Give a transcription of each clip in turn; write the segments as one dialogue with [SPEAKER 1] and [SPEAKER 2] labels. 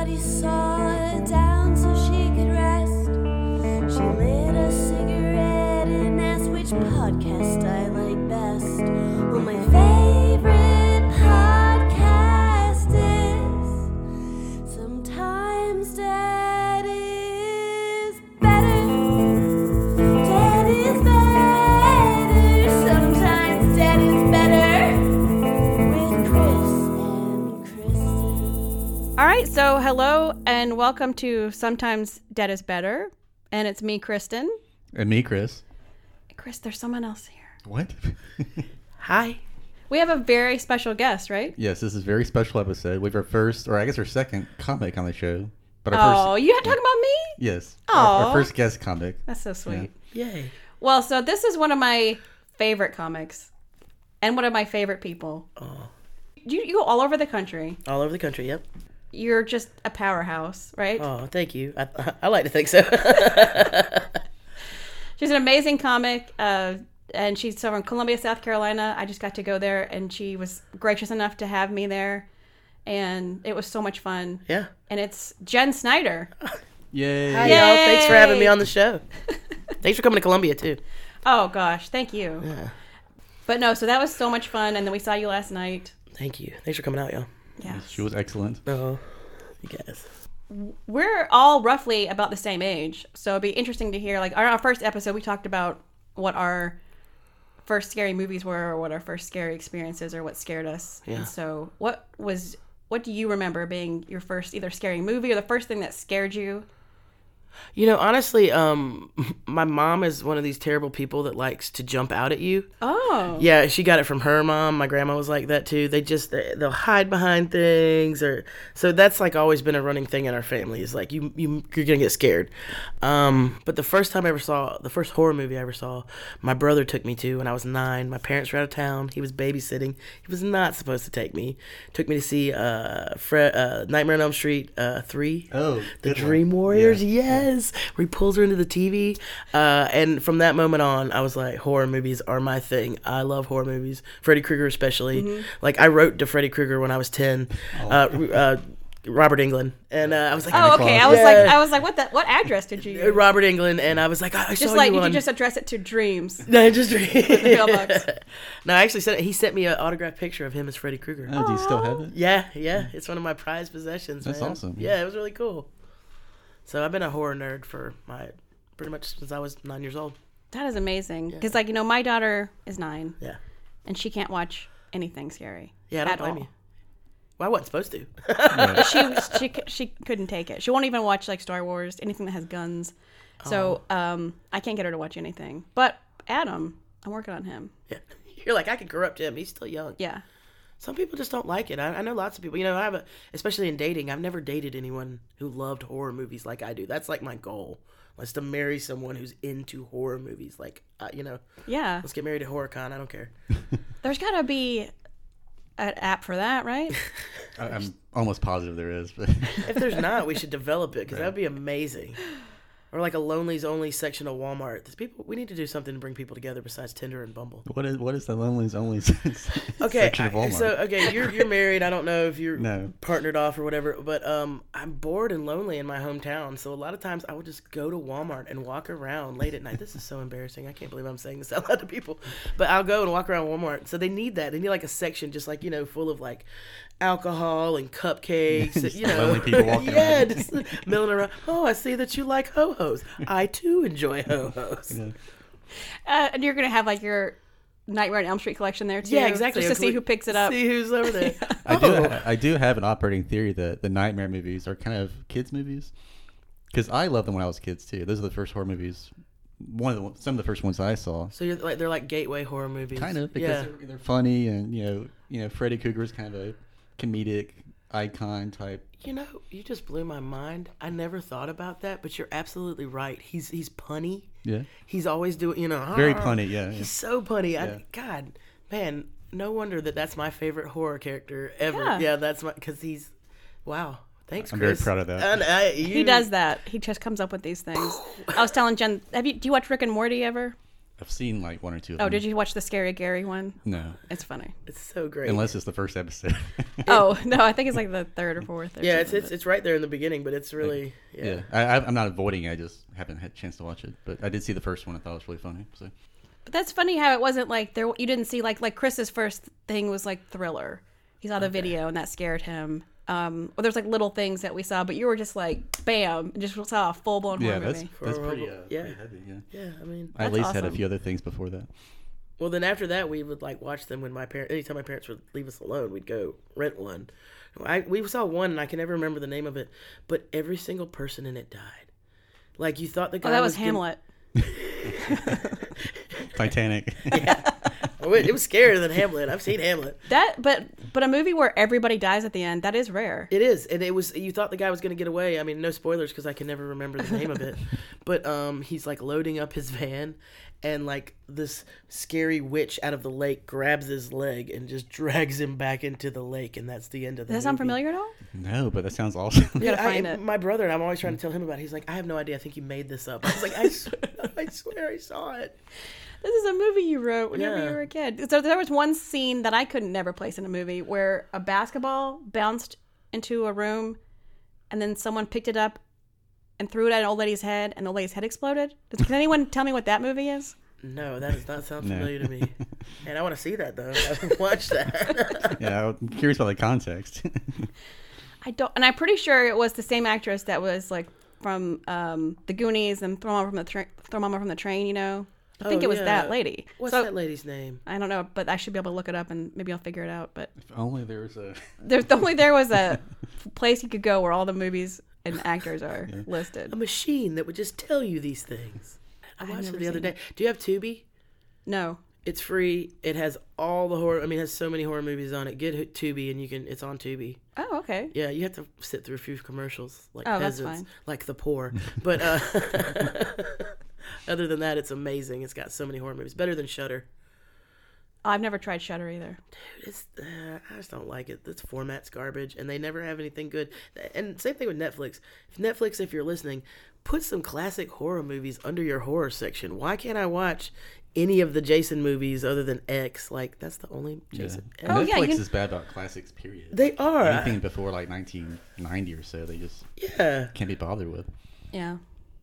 [SPEAKER 1] Daddy saw her down so she could rest. She lit a cigarette and asked which podcast I like best. Well, my favorite podcast is Sometimes Dad is better. Dad is better. Sometimes Dad is better. With Chris and Kristen.
[SPEAKER 2] All right, so hello and welcome to Sometimes Dead is Better. And it's me, Kristen.
[SPEAKER 3] And me, Chris.
[SPEAKER 2] Chris, there's someone else here.
[SPEAKER 3] What?
[SPEAKER 4] Hi.
[SPEAKER 2] We have a very special guest, right?
[SPEAKER 3] yes, this is a very special episode. We've our first, or I guess our second comic on the show. But
[SPEAKER 2] Oh,
[SPEAKER 3] first,
[SPEAKER 2] you have to talk about me?
[SPEAKER 3] yes, our,
[SPEAKER 2] Aw.
[SPEAKER 3] our first guest comic.
[SPEAKER 2] That's so sweet.
[SPEAKER 4] Yay.
[SPEAKER 2] Well, so this is one of my favorite comics and one of my favorite people. You, you go all over the country.
[SPEAKER 4] All over the country, yep.
[SPEAKER 2] You're just a powerhouse, right?
[SPEAKER 4] Oh, thank you. I, I like to think so.
[SPEAKER 2] She's an amazing comic, uh, and she's from Columbia, South Carolina. I just got to go there, and she was gracious enough to have me there, and it was so much fun.
[SPEAKER 4] yeah.
[SPEAKER 2] And it's Jen Snyder.
[SPEAKER 3] Yay!
[SPEAKER 4] Hi, y'all. Thanks for having
[SPEAKER 2] Yay.
[SPEAKER 4] me on the show. Thanks for coming to Columbia, too.
[SPEAKER 2] Oh gosh, thank you. But no, so that was so much fun, and then we saw you last night.
[SPEAKER 4] Thank you. Thanks for coming out, y'all.
[SPEAKER 2] Yeah,
[SPEAKER 3] She was excellent.
[SPEAKER 4] Oh, you guys.
[SPEAKER 2] we're all roughly about the same age, so it'd be interesting to hear. Like our, our first episode, we talked about what our first scary movies were, or what our first scary experiences, or what scared us.
[SPEAKER 4] Yeah.
[SPEAKER 2] And so, what was what do you remember being your first either scary movie or the first thing that scared you?
[SPEAKER 4] You know, honestly, um, my mom is one of these terrible people that likes to jump out at you.
[SPEAKER 2] Oh,
[SPEAKER 4] Yeah, she got it from her mom. My grandma was like that too. They just they, they'll hide behind things, or so that's like always been a running thing in our family. Is like you you you're gonna get scared. Um, but the first time I ever saw the first horror movie I ever saw, my brother took me to when I was nine. My parents were out of town. He was babysitting. He was not supposed to take me. Took me to see uh, Fre- uh Nightmare on Elm Street uh three.
[SPEAKER 3] Oh,
[SPEAKER 4] The
[SPEAKER 3] good one.
[SPEAKER 4] Dream Warriors,
[SPEAKER 3] Yeah.
[SPEAKER 4] yes. Where he pulls her into the TV. Uh, and from that moment on, I was like, horror movies are my thing. I love horror movies. Freddy Krueger, especially.
[SPEAKER 3] Mm-hmm.
[SPEAKER 4] Like, I wrote to Freddy Krueger when I was 10.
[SPEAKER 3] Oh.
[SPEAKER 4] Uh, uh, Robert England. And uh, I was like,
[SPEAKER 2] Oh, okay. I was
[SPEAKER 4] Yeah.
[SPEAKER 2] like, I was like, what that? What address did you?
[SPEAKER 4] Uh,
[SPEAKER 2] Use?
[SPEAKER 4] Robert England. And I was like, I, I
[SPEAKER 2] Just
[SPEAKER 4] saw
[SPEAKER 2] like
[SPEAKER 4] you
[SPEAKER 2] you
[SPEAKER 4] on.
[SPEAKER 2] could just address it to dreams.
[SPEAKER 4] no, I just
[SPEAKER 2] P.O. box.
[SPEAKER 4] no, I actually sent. He sent me an autographed picture of him as Freddy Krueger.
[SPEAKER 3] Oh, do you still have it?
[SPEAKER 4] Yeah, yeah, it's one of my prized possessions.
[SPEAKER 3] Mm. That's
[SPEAKER 4] man.
[SPEAKER 3] awesome.
[SPEAKER 4] Yeah, it was really cool. So I've been a horror nerd for my pretty much since I was nine years old.
[SPEAKER 2] That is amazing because, like, you know, my daughter is nine
[SPEAKER 4] Yeah,
[SPEAKER 2] and she can't watch anything scary.
[SPEAKER 4] yeah, I don't
[SPEAKER 2] at
[SPEAKER 4] blame
[SPEAKER 2] all.
[SPEAKER 4] you. Well, I wasn't supposed to.
[SPEAKER 2] she she c- she couldn't take it. She won't even watch like Star Wars, anything that has guns. So
[SPEAKER 4] Oh.
[SPEAKER 2] um, I can't get her to watch anything. But Adam, I'm working on him.
[SPEAKER 4] yeah. You're like I could corrupt him. He's still young.
[SPEAKER 2] Yeah.
[SPEAKER 4] Some people just don't like it. I, I know lots of people. You know, I have a, especially in dating. I've never dated anyone who loved horror movies like I do. That's like my goal. Was to marry someone who's into horror movies. Like, uh, you know,
[SPEAKER 2] Yeah.
[SPEAKER 4] let's get married at HorrorCon. I don't care.
[SPEAKER 2] There's got to be an app for that, right?
[SPEAKER 3] I, I'm almost positive there is, but
[SPEAKER 4] If there's not, we should develop it because that would be amazing. Or like a Lonely's Only section of Walmart. There's people. We need to do something to bring people together besides Tinder and Bumble.
[SPEAKER 3] what is what is the Lonely's Only
[SPEAKER 4] Okay,
[SPEAKER 3] section of
[SPEAKER 4] I-
[SPEAKER 3] Walmart?
[SPEAKER 4] so okay, you're you're married. I don't know if you're
[SPEAKER 3] No.
[SPEAKER 4] partnered off or whatever, but um, I'm bored and lonely in my hometown. So a lot of times I will just go to Walmart and walk around late at night. This is so embarrassing. I can't believe I'm saying this out loud to people, but I'll go and walk around Walmart. So they need that. They need like a section just like you know, full of like alcohol and cupcakes. and, you know,
[SPEAKER 3] lonely people walking
[SPEAKER 4] yeah,
[SPEAKER 3] around.
[SPEAKER 4] just milling around. Oh, I see that you like ho hos. I too enjoy ho hos.
[SPEAKER 2] uh, and you're gonna have like your Nightmare on Elm Street collection there too.
[SPEAKER 4] Yeah, exactly.
[SPEAKER 2] Just to see who picks it up.
[SPEAKER 4] See who's over there.
[SPEAKER 3] I do
[SPEAKER 4] oh.
[SPEAKER 3] I do have an operating theory that the nightmare movies are kind of kids movies because I loved them when I was kids too. Those are the first horror movies. One of the, some of the first ones I saw.
[SPEAKER 4] So you're like they're like gateway horror movies.
[SPEAKER 3] kind of because
[SPEAKER 4] yeah.
[SPEAKER 3] they're, they're funny and you know you know Freddy Krueger is kind of a comedic icon type.
[SPEAKER 4] You know, you just blew my mind. I never thought about that, but you're absolutely right. He's he's punny.
[SPEAKER 3] Yeah,
[SPEAKER 4] He's always doing, you know,
[SPEAKER 3] very
[SPEAKER 4] "Ah."
[SPEAKER 3] punny. Yeah, yeah.
[SPEAKER 4] He's so punny.
[SPEAKER 3] Yeah.
[SPEAKER 4] I, God, man, no wonder that that's my favorite horror character ever.
[SPEAKER 2] Yeah.
[SPEAKER 4] Yeah, that's my because he's, wow. Thanks,
[SPEAKER 3] I'm very
[SPEAKER 4] Chris.
[SPEAKER 3] proud of that.
[SPEAKER 4] And I- you-
[SPEAKER 2] He does that. He just comes up with these things. I was telling Jen, have you do you watch Rick and Morty ever?
[SPEAKER 3] I've seen like one or two. Of
[SPEAKER 2] Oh,
[SPEAKER 3] them.
[SPEAKER 2] did you watch the Scary Gary one?
[SPEAKER 3] No,
[SPEAKER 2] It's funny.
[SPEAKER 4] It's so great.
[SPEAKER 3] unless it's the first episode.
[SPEAKER 2] Oh no, I think it's like the third or fourth. Or
[SPEAKER 4] yeah, it's,
[SPEAKER 2] something,
[SPEAKER 4] it's it's right there in the beginning, but it's really yeah.
[SPEAKER 3] yeah, I, I, I'm not avoiding it. I just haven't had a chance to watch it, but I did see the first one. I thought it was really funny. So
[SPEAKER 2] But that's funny how it wasn't like there. You didn't see like like Chris's first thing was like thriller. He saw the video and that scared him. Um, well, there's like little things that we saw, but you were just like bam, and just saw a full blown
[SPEAKER 3] yeah,
[SPEAKER 2] horror
[SPEAKER 3] that's
[SPEAKER 2] movie.
[SPEAKER 3] that's pretty, uh,
[SPEAKER 4] Yeah.
[SPEAKER 3] pretty heavy. Yeah.
[SPEAKER 4] Yeah, I mean,
[SPEAKER 3] I at least had a
[SPEAKER 2] awesome.
[SPEAKER 3] few other things before that.
[SPEAKER 4] well, then after that, we would like watch them when my parents. Anytime my parents would leave us alone, we'd go rent one. I we saw one, and I can never remember the name of it, but every single person in it died. Like you thought the guy
[SPEAKER 2] Oh, that was
[SPEAKER 4] gonna-
[SPEAKER 2] Hamlet.
[SPEAKER 3] Titanic.
[SPEAKER 4] Oh, wait, it was scarier than Hamlet. I've seen Hamlet.
[SPEAKER 2] That, but but a movie where everybody dies at the end that is rare.
[SPEAKER 4] It is, and it was. You thought the guy was going to get away. I mean, no spoilers because I can never remember the name of it. But um, he's like loading up his van, and like this scary witch out of the lake grabs his leg and just drags him back into the lake, and that's the end of the.
[SPEAKER 2] Does that sound
[SPEAKER 4] movie.
[SPEAKER 2] familiar at all?
[SPEAKER 3] no, but that sounds awesome.
[SPEAKER 2] You gotta
[SPEAKER 4] I-
[SPEAKER 2] find it.
[SPEAKER 4] My brother and I'm always trying to tell him about. it. He's like, I have no idea. I think you made this up. I was like, I, swear, I swear, I saw it.
[SPEAKER 2] This is a movie you wrote whenever
[SPEAKER 4] Yeah.
[SPEAKER 2] you were a kid. So there was one scene that I couldn't never place in a movie where a basketball bounced into a room, and then someone picked it up and threw it at an old lady's head, and the old lady's head exploded. Does, can anyone tell me what that movie is?
[SPEAKER 4] No, that does not sound
[SPEAKER 3] No.
[SPEAKER 4] familiar to me. And I want to see that though. I haven't watched that.
[SPEAKER 3] yeah, I'm curious about the context.
[SPEAKER 2] I don't, and I'm pretty sure it was the same actress that was like from um, the Goonies and Throw Mama from the Tra- Throw Mama from the Train. You know, I think
[SPEAKER 4] Oh,
[SPEAKER 2] it was
[SPEAKER 4] yeah.
[SPEAKER 2] that lady.
[SPEAKER 4] What's
[SPEAKER 2] So-
[SPEAKER 4] that lady's name?
[SPEAKER 2] I don't know, but I should be able to look it up and maybe I'll figure it out. But
[SPEAKER 3] if only there was a.
[SPEAKER 2] there's only there was a place you could go where all the movies and actors are
[SPEAKER 4] a
[SPEAKER 2] listed.
[SPEAKER 4] machine that would just tell you these things. I watched it
[SPEAKER 2] never
[SPEAKER 4] the other
[SPEAKER 2] seen
[SPEAKER 4] day. Do you have Tubi?
[SPEAKER 2] No,
[SPEAKER 4] It's free. It has all the horror. I mean, it has so many horror movies on it. Get H- Tubi, and you can. It's on Tubi.
[SPEAKER 2] oh okay.
[SPEAKER 4] Yeah, you have to sit through a few commercials, like
[SPEAKER 2] Oh, that's
[SPEAKER 4] peasants,
[SPEAKER 2] fine.
[SPEAKER 4] like the poor. But uh, other than that, it's amazing. It's got so many horror movies. Better than Shutter.
[SPEAKER 2] I've never tried Shutter either.
[SPEAKER 4] It's uh, I just don't like it. This format's garbage, and they never have anything good. And same thing with Netflix. If Netflix, if you're listening, put some classic horror movies under your horror section. Why can't I watch any of the Jason movies other than X? Like that's the only Jason. X.
[SPEAKER 2] Oh,
[SPEAKER 3] Netflix
[SPEAKER 2] yeah, you can-
[SPEAKER 3] is bad about classics. Period.
[SPEAKER 4] They are.
[SPEAKER 3] Anything before like 1990 or so, they just
[SPEAKER 4] yeah,
[SPEAKER 3] can't be bothered with.
[SPEAKER 2] Yeah.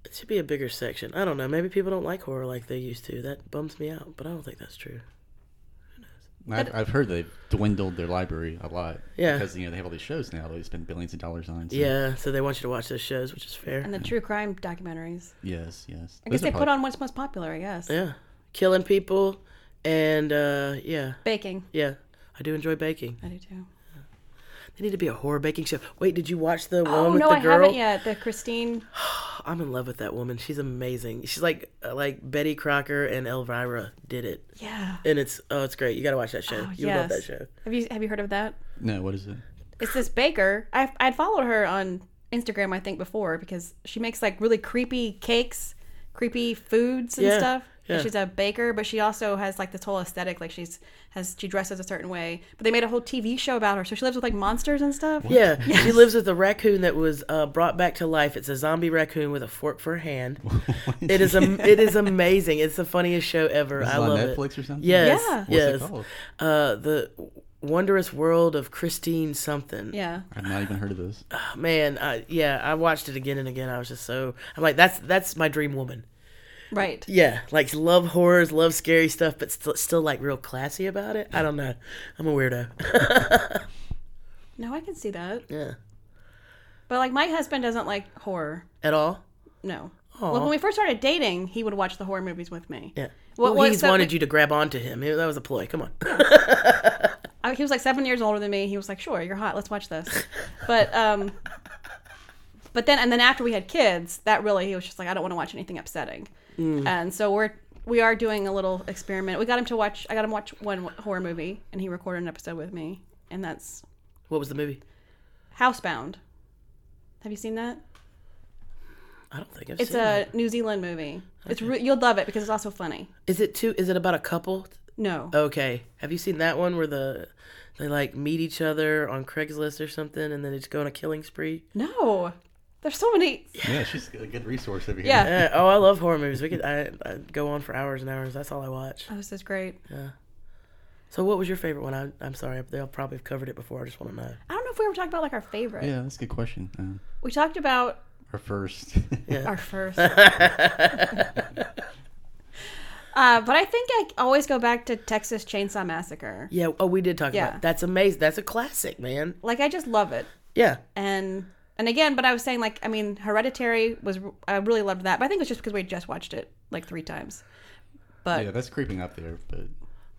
[SPEAKER 4] it should be a bigger section. I don't know. Maybe people don't like horror like they used to. That bums me out. But I don't think that's true.
[SPEAKER 3] And I've, I've heard they've dwindled their library a lot.
[SPEAKER 4] Yeah.
[SPEAKER 3] Because you know they have all these shows now. that They spend billions of dollars on. So.
[SPEAKER 2] Hmm.
[SPEAKER 4] Yeah. So they want you to watch those shows, which is fair.
[SPEAKER 2] And the true crime documentaries.
[SPEAKER 3] Yes. Yes.
[SPEAKER 2] I guess they put on what's most popular, I guess.
[SPEAKER 4] yeah, killing people, and uh, yeah,
[SPEAKER 2] Baking.
[SPEAKER 4] yeah. I do enjoy baking.
[SPEAKER 2] I do too.
[SPEAKER 4] They need to be a horror baking show. Wait, did you watch the one
[SPEAKER 2] Oh
[SPEAKER 4] with
[SPEAKER 2] no,
[SPEAKER 4] the
[SPEAKER 2] I
[SPEAKER 4] girl?
[SPEAKER 2] haven't yet. The Christine.
[SPEAKER 4] I'm in love with that woman. She's amazing. She's like uh, like Betty Crocker and Elvira did it,
[SPEAKER 2] Yeah.
[SPEAKER 4] and it's oh, it's great. You gotta watch that show.
[SPEAKER 2] Oh,
[SPEAKER 4] you would love that
[SPEAKER 2] yes.
[SPEAKER 4] show.
[SPEAKER 2] Have you have you heard of that?
[SPEAKER 3] No. What is it?
[SPEAKER 2] It's this baker. I I'd followed her on Instagram I think before because she makes like really creepy cakes, creepy foods and
[SPEAKER 4] Yeah,
[SPEAKER 2] stuff. And
[SPEAKER 4] yeah.
[SPEAKER 2] She's a baker, but she also has like this whole aesthetic. Like she's has she dresses a certain way. But they made a whole TV show about her. So she lives with like monsters and stuff.
[SPEAKER 4] Yeah, she lives with a raccoon that was uh, brought back to life. It's a zombie raccoon with a fork for a hand. it is am- it is amazing. It's the funniest show ever.
[SPEAKER 3] This
[SPEAKER 4] I
[SPEAKER 3] is on
[SPEAKER 4] love
[SPEAKER 3] Netflix
[SPEAKER 4] it.
[SPEAKER 3] or something.
[SPEAKER 4] Yes,
[SPEAKER 2] Yeah. What's
[SPEAKER 3] What's
[SPEAKER 4] yes.
[SPEAKER 3] it called?
[SPEAKER 4] Uh, the Wondrous World of Christine something. Oh,
[SPEAKER 2] Yeah.
[SPEAKER 3] I've not even heard of this.
[SPEAKER 4] man, I, yeah, I watched it again and again. I was just so I'm like, that's that's my dream woman.
[SPEAKER 2] Right.
[SPEAKER 4] Yeah, like love horrors, love scary stuff, but still still like real classy about it. I don't know. I'm a weirdo.
[SPEAKER 2] No, I can see that.
[SPEAKER 4] yeah,
[SPEAKER 2] But like my husband doesn't like horror.
[SPEAKER 4] at all.
[SPEAKER 2] No. Well, when we first started dating, he would watch the horror movies with me.
[SPEAKER 4] Yeah.
[SPEAKER 2] What-
[SPEAKER 4] Well,
[SPEAKER 2] what-
[SPEAKER 4] he's
[SPEAKER 2] so-
[SPEAKER 4] wanted you to grab onto him. That was a ploy. Come on.
[SPEAKER 2] I, he was like seven years older than me. He was like, "Sure, you're hot. Let's watch this." But um, but then and then after we had kids, that really he was just like, "I don't want to watch anything upsetting." And so we're we are doing a little experiment. We got him to watch. I got him to watch one horror movie, and he recorded an episode with me, and that's
[SPEAKER 4] What was the movie?
[SPEAKER 2] Housebound. Have you seen that?
[SPEAKER 4] I don't think I've
[SPEAKER 2] It's
[SPEAKER 4] seen it.
[SPEAKER 2] a New Zealand movie. It's re- you'll love it because it's also funny.
[SPEAKER 4] Is it two? Is it about a couple?
[SPEAKER 2] No,
[SPEAKER 4] Okay. Have you seen that one where the they like meet each other on Craigslist or something, and then they just go on a killing spree?
[SPEAKER 2] no, There's so many.
[SPEAKER 3] Yeah, she's a good resource over here.
[SPEAKER 2] Yeah.
[SPEAKER 4] Yeah, oh, I love horror movies. We could I, I go on for hours and hours. That's all I watch.
[SPEAKER 2] Oh, this is great.
[SPEAKER 4] So, what was your favorite one? I, I'm sorry, they'll probably have covered it before. I just want to know.
[SPEAKER 2] I don't know if we ever talked about like our favorite.
[SPEAKER 3] Yeah, that's a good question. Um,
[SPEAKER 2] We talked about
[SPEAKER 3] her first.
[SPEAKER 4] Yeah.
[SPEAKER 2] our first. uh, but I think I always go back to Texas Chainsaw Massacre.
[SPEAKER 4] Yeah. Oh, we did talk
[SPEAKER 2] Yeah.
[SPEAKER 4] about. That's amazing. That's a classic, man.
[SPEAKER 2] Like I just love it,
[SPEAKER 4] Yeah.
[SPEAKER 2] and and again, but I was saying like I mean, Hereditary was I really loved that, but I think it was just because we had just watched it like three times. But
[SPEAKER 3] yeah, that's creeping up there, but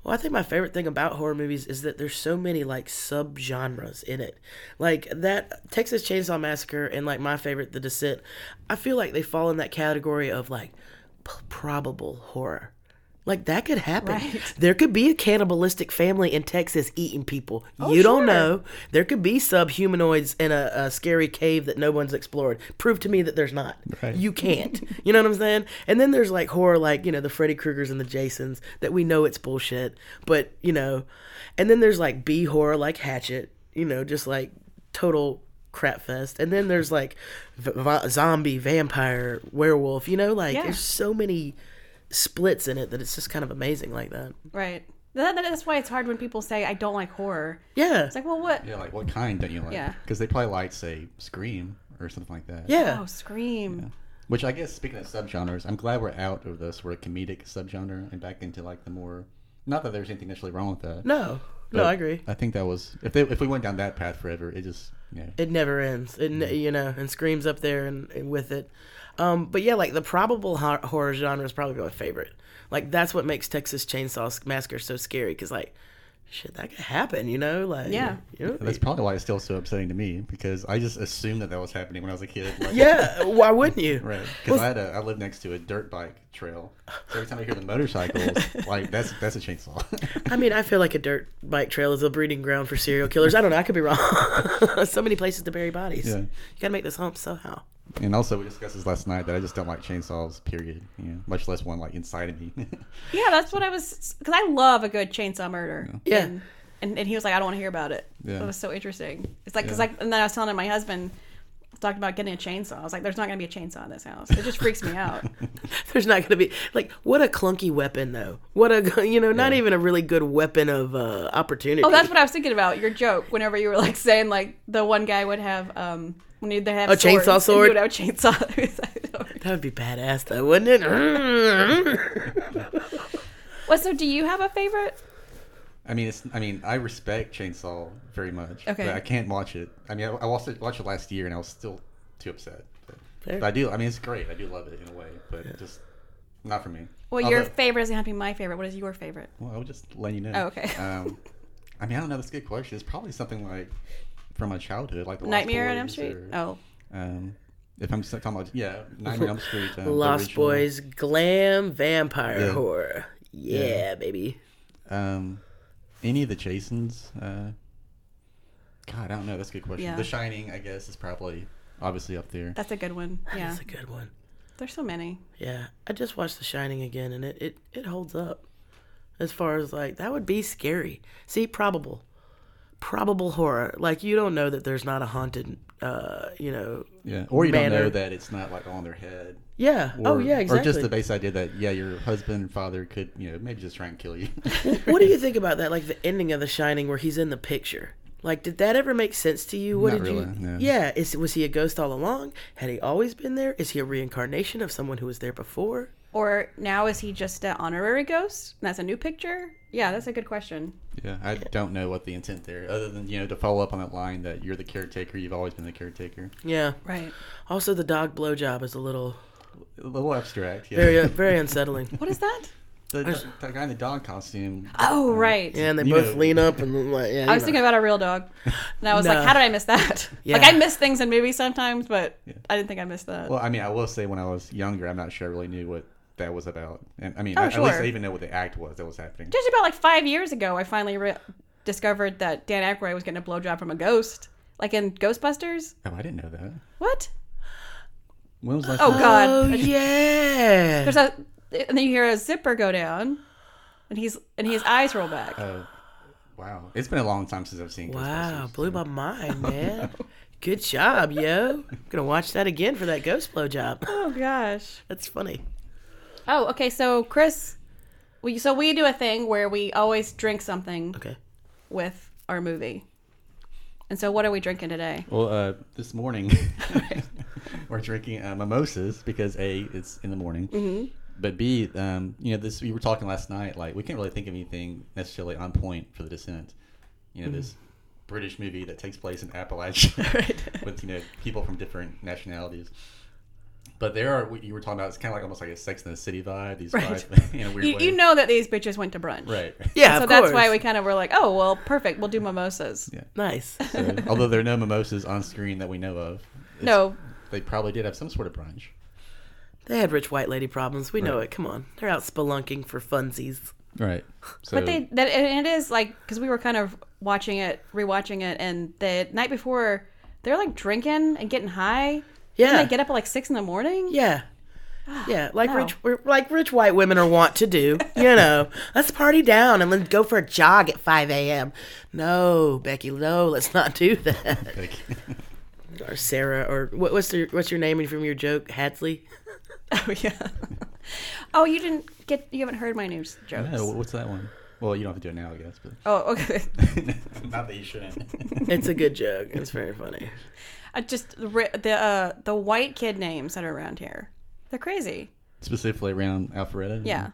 [SPEAKER 4] Well, I think my favorite thing about horror movies is that there's so many like subgenres in it. Like that Texas Chainsaw Massacre and like my favorite The Descent. I feel like they fall in that category of like p- probable horror. Like that could happen.
[SPEAKER 2] Right.
[SPEAKER 4] There could be a cannibalistic family in Texas eating people. you don't
[SPEAKER 2] Oh, sure.
[SPEAKER 4] know. There could be subhumanoids in a, a scary cave that no one's explored. Prove to me that there's not.
[SPEAKER 3] Right.
[SPEAKER 4] You can't. you know what I'm saying? And then there's like horror, like, you know, the Freddy Krueger's and the Jasons that we know it's bullshit, but, you know. And then there's like B horror, like Hatchet, you know, just like total crap fest. And then there's like v- v- zombie, vampire, werewolf, you know, like
[SPEAKER 2] Yeah.
[SPEAKER 4] there's so many splits in it that it's just kind of amazing like that.
[SPEAKER 2] right, That- that- that's why it's hard when people say I don't like horror.
[SPEAKER 4] Yeah.
[SPEAKER 2] It's like, well, what?
[SPEAKER 3] yeah, like what kind don't you like?
[SPEAKER 2] Yeah.
[SPEAKER 3] because they probably like say Scream or something like that.
[SPEAKER 4] yeah.
[SPEAKER 2] Oh, Scream.
[SPEAKER 3] Which I guess speaking of subgenres, I'm glad we're out of the sort of comedic subgenre and back into like the more. Not that there's anything necessarily wrong with that.
[SPEAKER 4] No. No,
[SPEAKER 3] but
[SPEAKER 4] I agree.
[SPEAKER 3] I think that was if they, if we went down that path forever, it just you know,
[SPEAKER 4] it never ends it
[SPEAKER 3] Mm-hmm.
[SPEAKER 4] ne- you know and screams up there and, and with it um but yeah like the probable hor- horror genre is probably my favorite like that's what makes texas chainsaw massacre so scary because like shit that could happen you know like
[SPEAKER 2] Yeah.
[SPEAKER 4] you know,
[SPEAKER 3] that's probably why it's still so upsetting to me because I just assumed that that was happening when I was a kid. Like,
[SPEAKER 4] yeah why wouldn't you
[SPEAKER 3] Right, because I had a, I lived next to a dirt bike trail. So every time I hear the motorcycles, like that's that's a chainsaw.
[SPEAKER 4] i mean i feel like a dirt bike trail is a breeding ground for serial killers i don't know i could be wrong so many places to bury bodies
[SPEAKER 3] Yeah.
[SPEAKER 4] you gotta make this home somehow
[SPEAKER 3] and also, we discussed this last night that I just don't like chainsaws. Period. You know, much less one like inside of me.
[SPEAKER 2] Yeah, that's what I was because I love a good chainsaw murder.
[SPEAKER 4] Yeah.
[SPEAKER 2] And, and, and he was like, I don't want to hear about it.
[SPEAKER 3] Yeah.
[SPEAKER 2] It was so interesting. It's like, because
[SPEAKER 3] Yeah.
[SPEAKER 2] like, and then I was telling my husband, talking about getting a chainsaw. I was like, there's not going to be a chainsaw in this house. It just freaks me out.
[SPEAKER 4] There's not going to be like what a clunky weapon though. What a you know not even a really good weapon of uh, opportunity.
[SPEAKER 2] Oh, that's what I was thinking about your joke. Whenever you were like saying like the one guy would have um when they have
[SPEAKER 4] A chainsaw
[SPEAKER 2] swords, and he
[SPEAKER 4] sword?
[SPEAKER 2] would have a chainsaw.
[SPEAKER 4] That would be badass, though, wouldn't it?
[SPEAKER 2] what? So do you have a favorite?
[SPEAKER 3] I mean, it's I mean, I respect chainsaw very much.
[SPEAKER 2] Okay.
[SPEAKER 3] but I can't watch it. I mean, I, I watched it watched it last year, and I was still too upset. But,
[SPEAKER 4] Fair.
[SPEAKER 3] but I do. I mean, it's great. I do love it in a way, but just not for me.
[SPEAKER 2] Well, your
[SPEAKER 3] Although-
[SPEAKER 2] favorite doesn't have to be my favorite. What is your favorite?
[SPEAKER 3] Well, I was just letting you know.
[SPEAKER 2] Oh, okay.
[SPEAKER 3] Um, I mean, I don't know. That's a good question. It's probably something like from my childhood, like the Lost
[SPEAKER 2] Nightmare on Elm
[SPEAKER 3] Boys
[SPEAKER 2] Street.
[SPEAKER 3] or-
[SPEAKER 2] Oh,
[SPEAKER 3] Um, if I'm still talking about yeah, Nightmare on Elm Street, um, the
[SPEAKER 4] Lost
[SPEAKER 3] original.
[SPEAKER 4] Boys glam vampire
[SPEAKER 3] Yeah.
[SPEAKER 4] horror. Yeah,
[SPEAKER 3] Yeah.
[SPEAKER 4] baby.
[SPEAKER 3] um, any of the Jasons. Uh, God, I don't know. That's a good question.
[SPEAKER 2] Yeah.
[SPEAKER 3] The Shining, I guess, is probably obviously up there.
[SPEAKER 2] that's a good one. Yeah,
[SPEAKER 4] That's a good one.
[SPEAKER 2] there's so many.
[SPEAKER 4] Yeah, I just watched The Shining again, and it it it holds up. As far as like that would be scary. See, probable, probable horror. Like you don't know that there's not a haunted, uh, you know.
[SPEAKER 3] Yeah, or you don't know
[SPEAKER 4] Manner.
[SPEAKER 3] that it's not like on their head.
[SPEAKER 4] Yeah.
[SPEAKER 3] Or,
[SPEAKER 4] oh yeah, exactly.
[SPEAKER 3] Or just the base idea that yeah, your husband and father could you know maybe just try and kill you.
[SPEAKER 4] what do you think about that? Like the ending of The Shining, where he's in the picture. Like, did that ever make sense to you? What
[SPEAKER 3] Not
[SPEAKER 4] did
[SPEAKER 3] really,
[SPEAKER 4] you?
[SPEAKER 3] no.
[SPEAKER 4] Yeah, is was he a ghost all along? Had he always been there? Is he a reincarnation of someone who was there before?
[SPEAKER 2] Or now is he just an honorary ghost? And that's a new picture? Yeah, that's a good question.
[SPEAKER 3] yeah, I don't know what the intent there, other than you know to follow up on that line that you're the caretaker. You've always been the caretaker.
[SPEAKER 4] Yeah.
[SPEAKER 2] Right.
[SPEAKER 4] Also, the dog blowjob is a little
[SPEAKER 3] A little abstract. Yeah.
[SPEAKER 4] very uh, very unsettling.
[SPEAKER 2] What is that?
[SPEAKER 3] The, the guy in the dog costume.
[SPEAKER 2] Oh, right.
[SPEAKER 4] Yeah, and they
[SPEAKER 3] You
[SPEAKER 4] both
[SPEAKER 3] know-
[SPEAKER 4] lean up and like.
[SPEAKER 2] I
[SPEAKER 4] Yeah, you
[SPEAKER 2] was
[SPEAKER 4] know.
[SPEAKER 2] thinking about a real dog. And I was
[SPEAKER 4] No.
[SPEAKER 2] like, how did I miss that? Like,
[SPEAKER 4] Yeah.
[SPEAKER 2] I miss things in movies sometimes, but I didn't think I missed that.
[SPEAKER 3] Well, I mean, I will say when I was younger, I'm not sure I really knew what that was about. And I mean,
[SPEAKER 2] Oh,
[SPEAKER 3] I- at least
[SPEAKER 2] sure.
[SPEAKER 3] I even know what the act was that was happening.
[SPEAKER 2] Just about like five years ago, I finally re- discovered that Dan Aykroyd was getting a blowjob from a ghost. Like in Ghostbusters?
[SPEAKER 3] Oh, I didn't know that.
[SPEAKER 2] What?
[SPEAKER 3] When was the last
[SPEAKER 2] Oh,
[SPEAKER 3] time-
[SPEAKER 2] God.
[SPEAKER 4] Oh yeah.
[SPEAKER 2] There's a, and then you hear a zipper go down, and he's and his eyes roll
[SPEAKER 3] Oh.
[SPEAKER 2] back.
[SPEAKER 3] Wow, it's been a long time since I've seen.
[SPEAKER 4] Wow,
[SPEAKER 3] Ghostbusters.
[SPEAKER 4] blew my mind, man. Good job, yo. I'm gonna watch that again for that ghost blow job.
[SPEAKER 2] Oh gosh.
[SPEAKER 4] That's funny.
[SPEAKER 2] Oh, okay. So Chris, we so we do a thing where we always drink something
[SPEAKER 4] Okay.
[SPEAKER 2] with our movie. And so, what are we drinking today?
[SPEAKER 3] Well, uh, this morning we're drinking uh, mimosas because a it's in the morning, mm-hmm. but b um, you know this we were talking last night like we can't really think of anything necessarily on point for the descent, you
[SPEAKER 2] Mm-hmm.
[SPEAKER 3] know this British movie that takes place in Appalachia with you know people from different nationalities. But there are what you were talking about. It's kind of like almost like a Sex in the City vibe. These
[SPEAKER 2] Right.
[SPEAKER 3] vibes in a weird
[SPEAKER 2] You,
[SPEAKER 3] way.
[SPEAKER 2] you know that these bitches went to brunch,
[SPEAKER 3] right?
[SPEAKER 4] Yeah.
[SPEAKER 2] So
[SPEAKER 4] of
[SPEAKER 2] that's
[SPEAKER 4] course.
[SPEAKER 2] why we kind of were like, oh well, perfect. We'll do mimosas.
[SPEAKER 3] Yeah.
[SPEAKER 4] Nice.
[SPEAKER 3] So, although there are no mimosas on screen that we know of. it's-
[SPEAKER 2] No,
[SPEAKER 3] they probably did have some sort of brunch.
[SPEAKER 4] They had rich white lady problems. We know it. Come on. They're out spelunking for funsies.
[SPEAKER 3] Right. So,
[SPEAKER 2] but they that and it is like because we were kind of watching it, rewatching it, and the night before they're like drinking and getting high. And
[SPEAKER 4] Yeah.
[SPEAKER 2] they get up at like six in the morning.
[SPEAKER 4] Yeah. Yeah, like
[SPEAKER 2] no.
[SPEAKER 4] rich, we're- like rich white women are wont to do. You know, let's party down and let's go for a jog at five a.m. No, Becky, no, let's not do that.
[SPEAKER 3] like,
[SPEAKER 4] Or Sarah, or what, what's your what's your name from your joke, Hadley?
[SPEAKER 2] Oh yeah. oh, you didn't get. You haven't heard my news jokes.
[SPEAKER 3] yeah, wh- what's that one? Well, you don't have to do it now, I guess. But
[SPEAKER 2] Oh okay. Oh.
[SPEAKER 3] not that you shouldn't.
[SPEAKER 4] It's a good joke. It's very funny.
[SPEAKER 2] I just the ri- the uh, the white kid names that are around here. They're crazy.
[SPEAKER 3] Specifically around Alpharetta.
[SPEAKER 2] Yeah.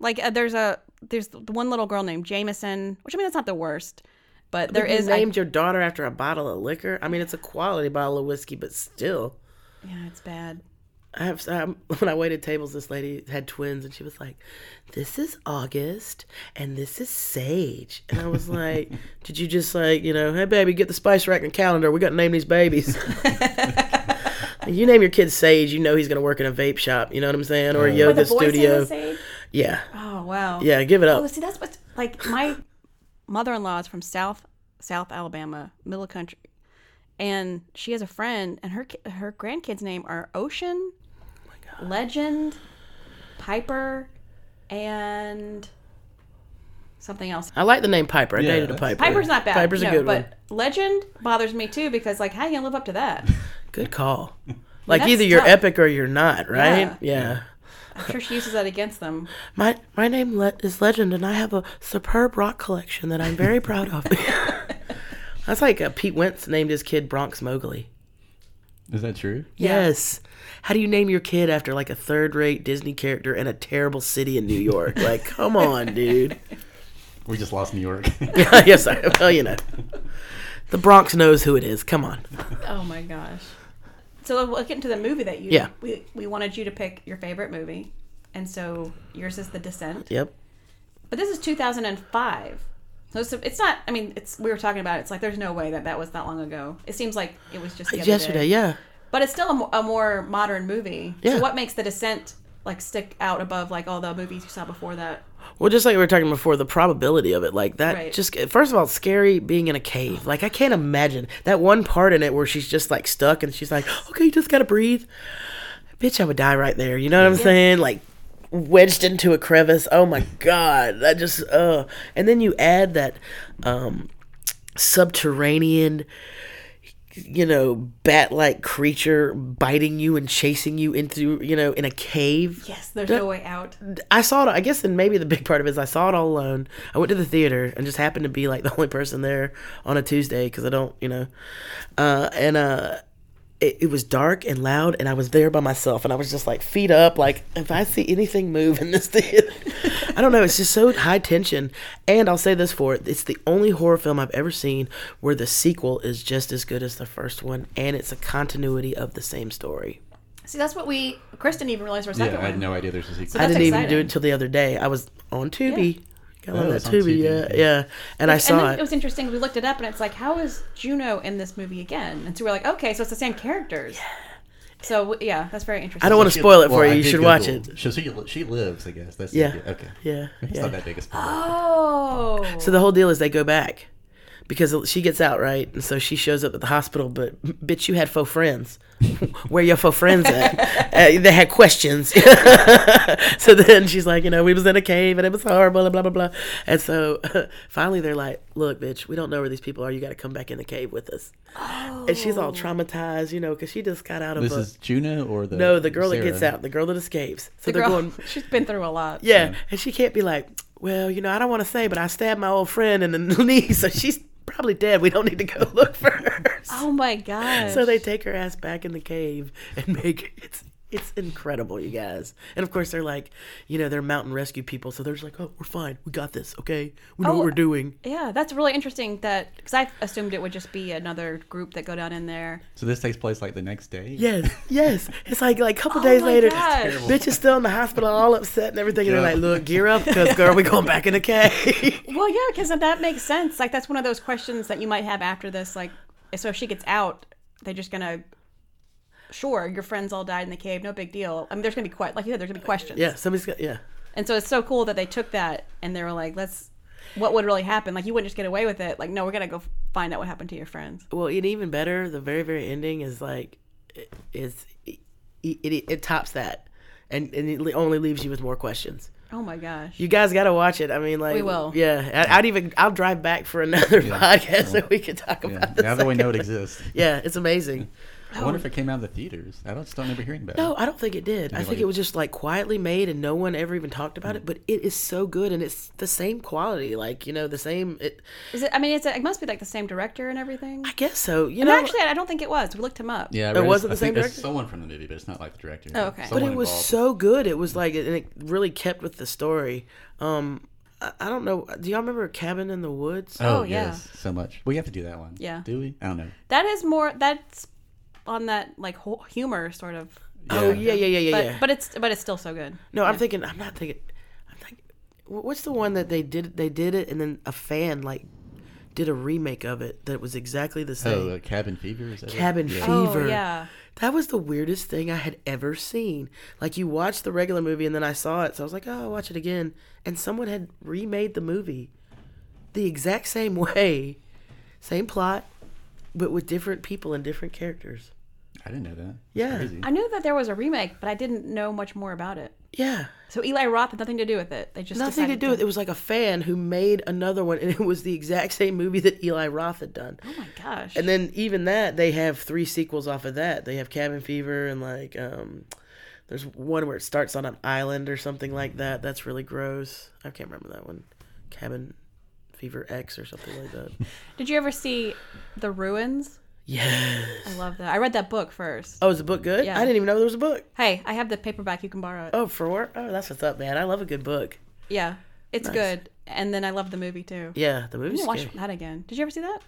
[SPEAKER 2] Like uh, there's a there's the one little girl named Jameson, which I mean that's not the worst, but there
[SPEAKER 4] There is
[SPEAKER 2] is
[SPEAKER 4] you named your daughter after a bottle of liquor. I mean, it's a quality bottle of whiskey, but still.
[SPEAKER 2] I, yeah, it's bad.
[SPEAKER 4] I have um, when I waited tables, this lady had twins, and she was like, "This is August, and this is Sage." And I was like, "Did you just like you know, hey baby, get the spice rack and calendar. We got to name these babies." you name your kid Sage, you know he's gonna work in a vape shop. You know what I'm saying, or a
[SPEAKER 2] Are
[SPEAKER 4] yoga
[SPEAKER 2] the boys
[SPEAKER 4] studio.
[SPEAKER 2] the same?
[SPEAKER 4] Yeah,
[SPEAKER 2] Oh wow.
[SPEAKER 4] yeah, give it
[SPEAKER 2] Well,
[SPEAKER 4] up.
[SPEAKER 2] see, that's what's like my mother-in-law is from South South Alabama, middle country, and she has a friend, and her ki- her grandkids' name are
[SPEAKER 4] Oh
[SPEAKER 2] Ocean, Legend, Piper, and something else.
[SPEAKER 4] I like the name Piper. I
[SPEAKER 3] Yeah,
[SPEAKER 4] dated a
[SPEAKER 3] that's-
[SPEAKER 4] Piper.
[SPEAKER 2] Piper's not bad.
[SPEAKER 4] Piper's
[SPEAKER 2] no,
[SPEAKER 4] a good
[SPEAKER 2] but
[SPEAKER 4] one.
[SPEAKER 2] Legend bothers me too because like how you gonna live up to that?
[SPEAKER 4] Good call. Like
[SPEAKER 2] That's
[SPEAKER 4] either you're
[SPEAKER 2] tough.
[SPEAKER 4] epic or you're not, right?
[SPEAKER 2] Yeah.
[SPEAKER 4] yeah.
[SPEAKER 2] I'm sure she uses that against them.
[SPEAKER 4] My my name le- is Legend, and I have a superb rock collection that I'm very proud of. That's like uh, Pete Wentz named his kid Bronx Mowgli.
[SPEAKER 3] Is that true?
[SPEAKER 4] Yes. How do you name your kid after like a third-rate Disney character in a terrible city in New York? Like, come on, dude.
[SPEAKER 3] We just lost New York.
[SPEAKER 4] yes, I, well, you know, the Bronx knows who it is. Come on.
[SPEAKER 2] Oh my gosh. So we'll get into the movie that you
[SPEAKER 4] Yeah.
[SPEAKER 2] we we wanted you to pick your favorite movie. And so yours is The Descent.
[SPEAKER 4] Yep.
[SPEAKER 2] But this is 2005. So it's, it's not I mean it's we were talking about it. It's like there's no way that that was that long ago. It seems like it was just the other
[SPEAKER 4] Yesterday,
[SPEAKER 2] day.
[SPEAKER 4] yeah.
[SPEAKER 2] But it's still a, mo- a more modern movie.
[SPEAKER 4] Yeah.
[SPEAKER 2] So what makes The Descent like stick out above like all the movies you saw before that?
[SPEAKER 4] Well, just like we were talking before, the probability of it, like that,
[SPEAKER 2] Right.
[SPEAKER 4] just first of all, it's scary being in a cave. Like I can't imagine that one part in it where she's just like stuck and she's like, "Okay, you just gotta breathe." Bitch, I would die right there. You know what I'm saying? Like wedged into a crevice. Oh my god, that just uh. And then you add that um, subterranean you know, bat like creature biting you and chasing you into, you know, in a cave.
[SPEAKER 2] Yes, there's no way out.
[SPEAKER 4] I saw it. I guess, and maybe the big part of it is I saw it all alone. I went to the theater and just happened to be like the only person there on a Tuesday because I don't, you know, uh, and uh, it, it was dark and loud, and I was there by myself, and I was just like feet up, like if I see anything move in this theater, I don't know. It's just so high tension, and I'll say this for it: it's the only horror film I've ever seen where the sequel is just as good as the first one, and it's a continuity of the same story.
[SPEAKER 2] See, that's what we Chris didn't even realize for a second
[SPEAKER 3] yeah, I
[SPEAKER 2] one.
[SPEAKER 3] had no idea there's a sequel.
[SPEAKER 4] I
[SPEAKER 2] That's
[SPEAKER 4] didn't even do
[SPEAKER 2] exciting.
[SPEAKER 4] it till the other day. I was on Tubi. Got on
[SPEAKER 3] Oh,
[SPEAKER 4] that
[SPEAKER 3] it's on
[SPEAKER 4] Tubi,
[SPEAKER 3] Tubi,
[SPEAKER 4] yeah,
[SPEAKER 3] okay.
[SPEAKER 4] yeah. And I
[SPEAKER 2] and
[SPEAKER 4] saw
[SPEAKER 2] then
[SPEAKER 4] it.
[SPEAKER 2] it was interesting. We looked it up, and it's like, how is Juno in this movie again? And so we're like, okay, so it's the same characters. So w- yeah, that's very interesting.
[SPEAKER 4] I don't want to
[SPEAKER 3] She-
[SPEAKER 4] spoil it for
[SPEAKER 3] well, I
[SPEAKER 4] you. You
[SPEAKER 3] did
[SPEAKER 4] should watch it.
[SPEAKER 3] Google. So she, li- she lives, I guess. That's the
[SPEAKER 4] Yeah.
[SPEAKER 3] idea. Okay.
[SPEAKER 4] Yeah,
[SPEAKER 3] It's
[SPEAKER 4] yeah.
[SPEAKER 3] not that big a spoiler.
[SPEAKER 2] Oh,
[SPEAKER 4] So the whole deal is they go back because she gets out right, and so she shows up at the hospital. But bitch, you had faux friends. Where your faux friends at? uh, they had questions. so then she's like, you know, we was in a cave and it was horrible, and blah blah blah. And so finally they're like, look, bitch, we don't know where these people are. You got to come back in the cave with us. And she's
[SPEAKER 2] Oh.
[SPEAKER 4] all traumatized, you know, because she just got out of
[SPEAKER 3] This
[SPEAKER 4] a.
[SPEAKER 3] is Juno or the
[SPEAKER 4] no, the girl that gets
[SPEAKER 3] Sarah?
[SPEAKER 4] out, the girl that escapes. So
[SPEAKER 2] The
[SPEAKER 4] they're
[SPEAKER 2] girl,
[SPEAKER 4] going,
[SPEAKER 2] she's been through a lot.
[SPEAKER 4] yeah. And she can't be like, well, you know, I don't want to say, but I stabbed my old friend in the knee, so she's probably dead. We don't need to go look for her.
[SPEAKER 2] Oh my god.
[SPEAKER 4] So they take her ass back in the cave and make it's it's incredible, you guys. And of course they're like, you know, they're mountain rescue people, so they're just like, oh, we're fine, we got this, okay, we know
[SPEAKER 2] Oh,
[SPEAKER 4] what we're doing.
[SPEAKER 2] Yeah, that's really interesting. That because I assumed it would just be another group that go down in there.
[SPEAKER 3] So this takes place like the next day.
[SPEAKER 4] Yes, yes. It's like like a couple
[SPEAKER 2] Oh
[SPEAKER 4] days
[SPEAKER 2] my
[SPEAKER 4] later,
[SPEAKER 2] gosh. Terrible.
[SPEAKER 4] bitch is still in the hospital, all upset and everything. And
[SPEAKER 3] Yeah.
[SPEAKER 4] they're like, look, gear up, cause girl, we going back in the cave.
[SPEAKER 2] Well, yeah, because that makes sense. Like that's one of those questions that you might have after this. Like, so if she gets out, they're just gonna. Sure, your friends all died in the cave. No big deal. I mean, there's gonna be quite like you said, there's gonna be questions.
[SPEAKER 4] yeah, somebody's got yeah.
[SPEAKER 2] And so it's so cool that they took that and they were like, let's. What would really happen? Like you wouldn't just get away with it. Like no, we're gonna go f- find out what happened to your friends.
[SPEAKER 4] well and even better the very very ending is like i- is it, it, it tops that and, and it le- only leaves you with more questions
[SPEAKER 2] Oh my gosh.
[SPEAKER 4] you guys gotta watch it i mean like
[SPEAKER 2] We will.
[SPEAKER 4] yeah I, i'd even i'll drive back for another podcast so we can talk
[SPEAKER 3] Yeah.
[SPEAKER 4] about this
[SPEAKER 3] Now that we
[SPEAKER 4] second-
[SPEAKER 3] know it exists,
[SPEAKER 4] yeah it's amazing
[SPEAKER 3] I wonder if it came out of the theaters. I don't, just don't remember hearing about
[SPEAKER 4] no
[SPEAKER 3] it.
[SPEAKER 4] i don't think it did i think it was just like quietly made and no one ever even talked
[SPEAKER 3] Mm.
[SPEAKER 4] about it but it is so good and it's the same quality like you know the same it,
[SPEAKER 2] Is it? I mean, it's a, it must be like the same director and everything.
[SPEAKER 4] i guess so you
[SPEAKER 2] And
[SPEAKER 4] know
[SPEAKER 2] actually, I don't think it was. We looked him up.
[SPEAKER 3] Yeah, I
[SPEAKER 4] It
[SPEAKER 3] read-
[SPEAKER 4] wasn't
[SPEAKER 3] I
[SPEAKER 4] the same
[SPEAKER 3] think it's
[SPEAKER 4] director?
[SPEAKER 3] Someone from the movie, but it's not like the director.
[SPEAKER 2] Oh, okay. But
[SPEAKER 4] but
[SPEAKER 3] Someone
[SPEAKER 4] it was
[SPEAKER 3] involved.
[SPEAKER 4] so good. It was like, and it really kept with the story. Um, I, I don't know. Do y'all remember Cabin in the Woods?
[SPEAKER 3] Oh,
[SPEAKER 2] Oh, yeah.
[SPEAKER 3] yes, so much. We have to do that one.
[SPEAKER 2] Yeah.
[SPEAKER 3] Do we? I don't know.
[SPEAKER 2] That is more. That's on that like ho- humor sort of.
[SPEAKER 4] Oh yeah, yeah, yeah, yeah,
[SPEAKER 2] But
[SPEAKER 4] yeah.
[SPEAKER 2] but it's but it's still so good.
[SPEAKER 4] no, I'm thinking. I'm not thinking. I'm thinking. wh- What's the one that they did? They did it, and then a fan like did a remake of it that was exactly the
[SPEAKER 3] Oh,
[SPEAKER 4] same.
[SPEAKER 3] uh, Cabin Fever. Is that it?
[SPEAKER 4] Cabin
[SPEAKER 3] Yeah.
[SPEAKER 4] Fever.
[SPEAKER 2] Oh yeah.
[SPEAKER 4] That was the weirdest thing I had ever seen. Like you watched the regular movie and then I saw it, so I was like, "Oh, I'll watch it again." And someone had remade the movie the exact same way, same plot, but with different people and different characters.
[SPEAKER 3] I didn't know that.
[SPEAKER 4] Yeah.
[SPEAKER 3] Crazy.
[SPEAKER 2] I knew that there was a remake, but I didn't know much more about it.
[SPEAKER 4] Yeah,
[SPEAKER 2] So Eli Roth had nothing to do with it. They just
[SPEAKER 4] nothing to
[SPEAKER 2] decided
[SPEAKER 4] do with it. was like a fan who made another one, and it was the exact same movie that Eli Roth had done.
[SPEAKER 2] Oh my gosh.
[SPEAKER 4] And then even that, they have three sequels off of that. They have Cabin Fever and like um there's one where it starts on an island or something like that. That's really gross. I can't remember that one. Cabin Fever X or something like that.
[SPEAKER 2] Did you ever see The Ruins?
[SPEAKER 4] yeah.
[SPEAKER 2] I love that. I read that book first.
[SPEAKER 4] Oh, is the book good?
[SPEAKER 2] Yeah.
[SPEAKER 4] I didn't even know there was a book.
[SPEAKER 2] Hey, I have the paperback. You can borrow it.
[SPEAKER 4] Oh, for work? Oh, that's what's up, man. I love a good book.
[SPEAKER 2] Yeah, it's good. And then I love the movie too.
[SPEAKER 4] Yeah, the
[SPEAKER 2] I'm
[SPEAKER 4] movie's
[SPEAKER 2] gonna watch
[SPEAKER 4] good.
[SPEAKER 2] that again. Did you ever see that?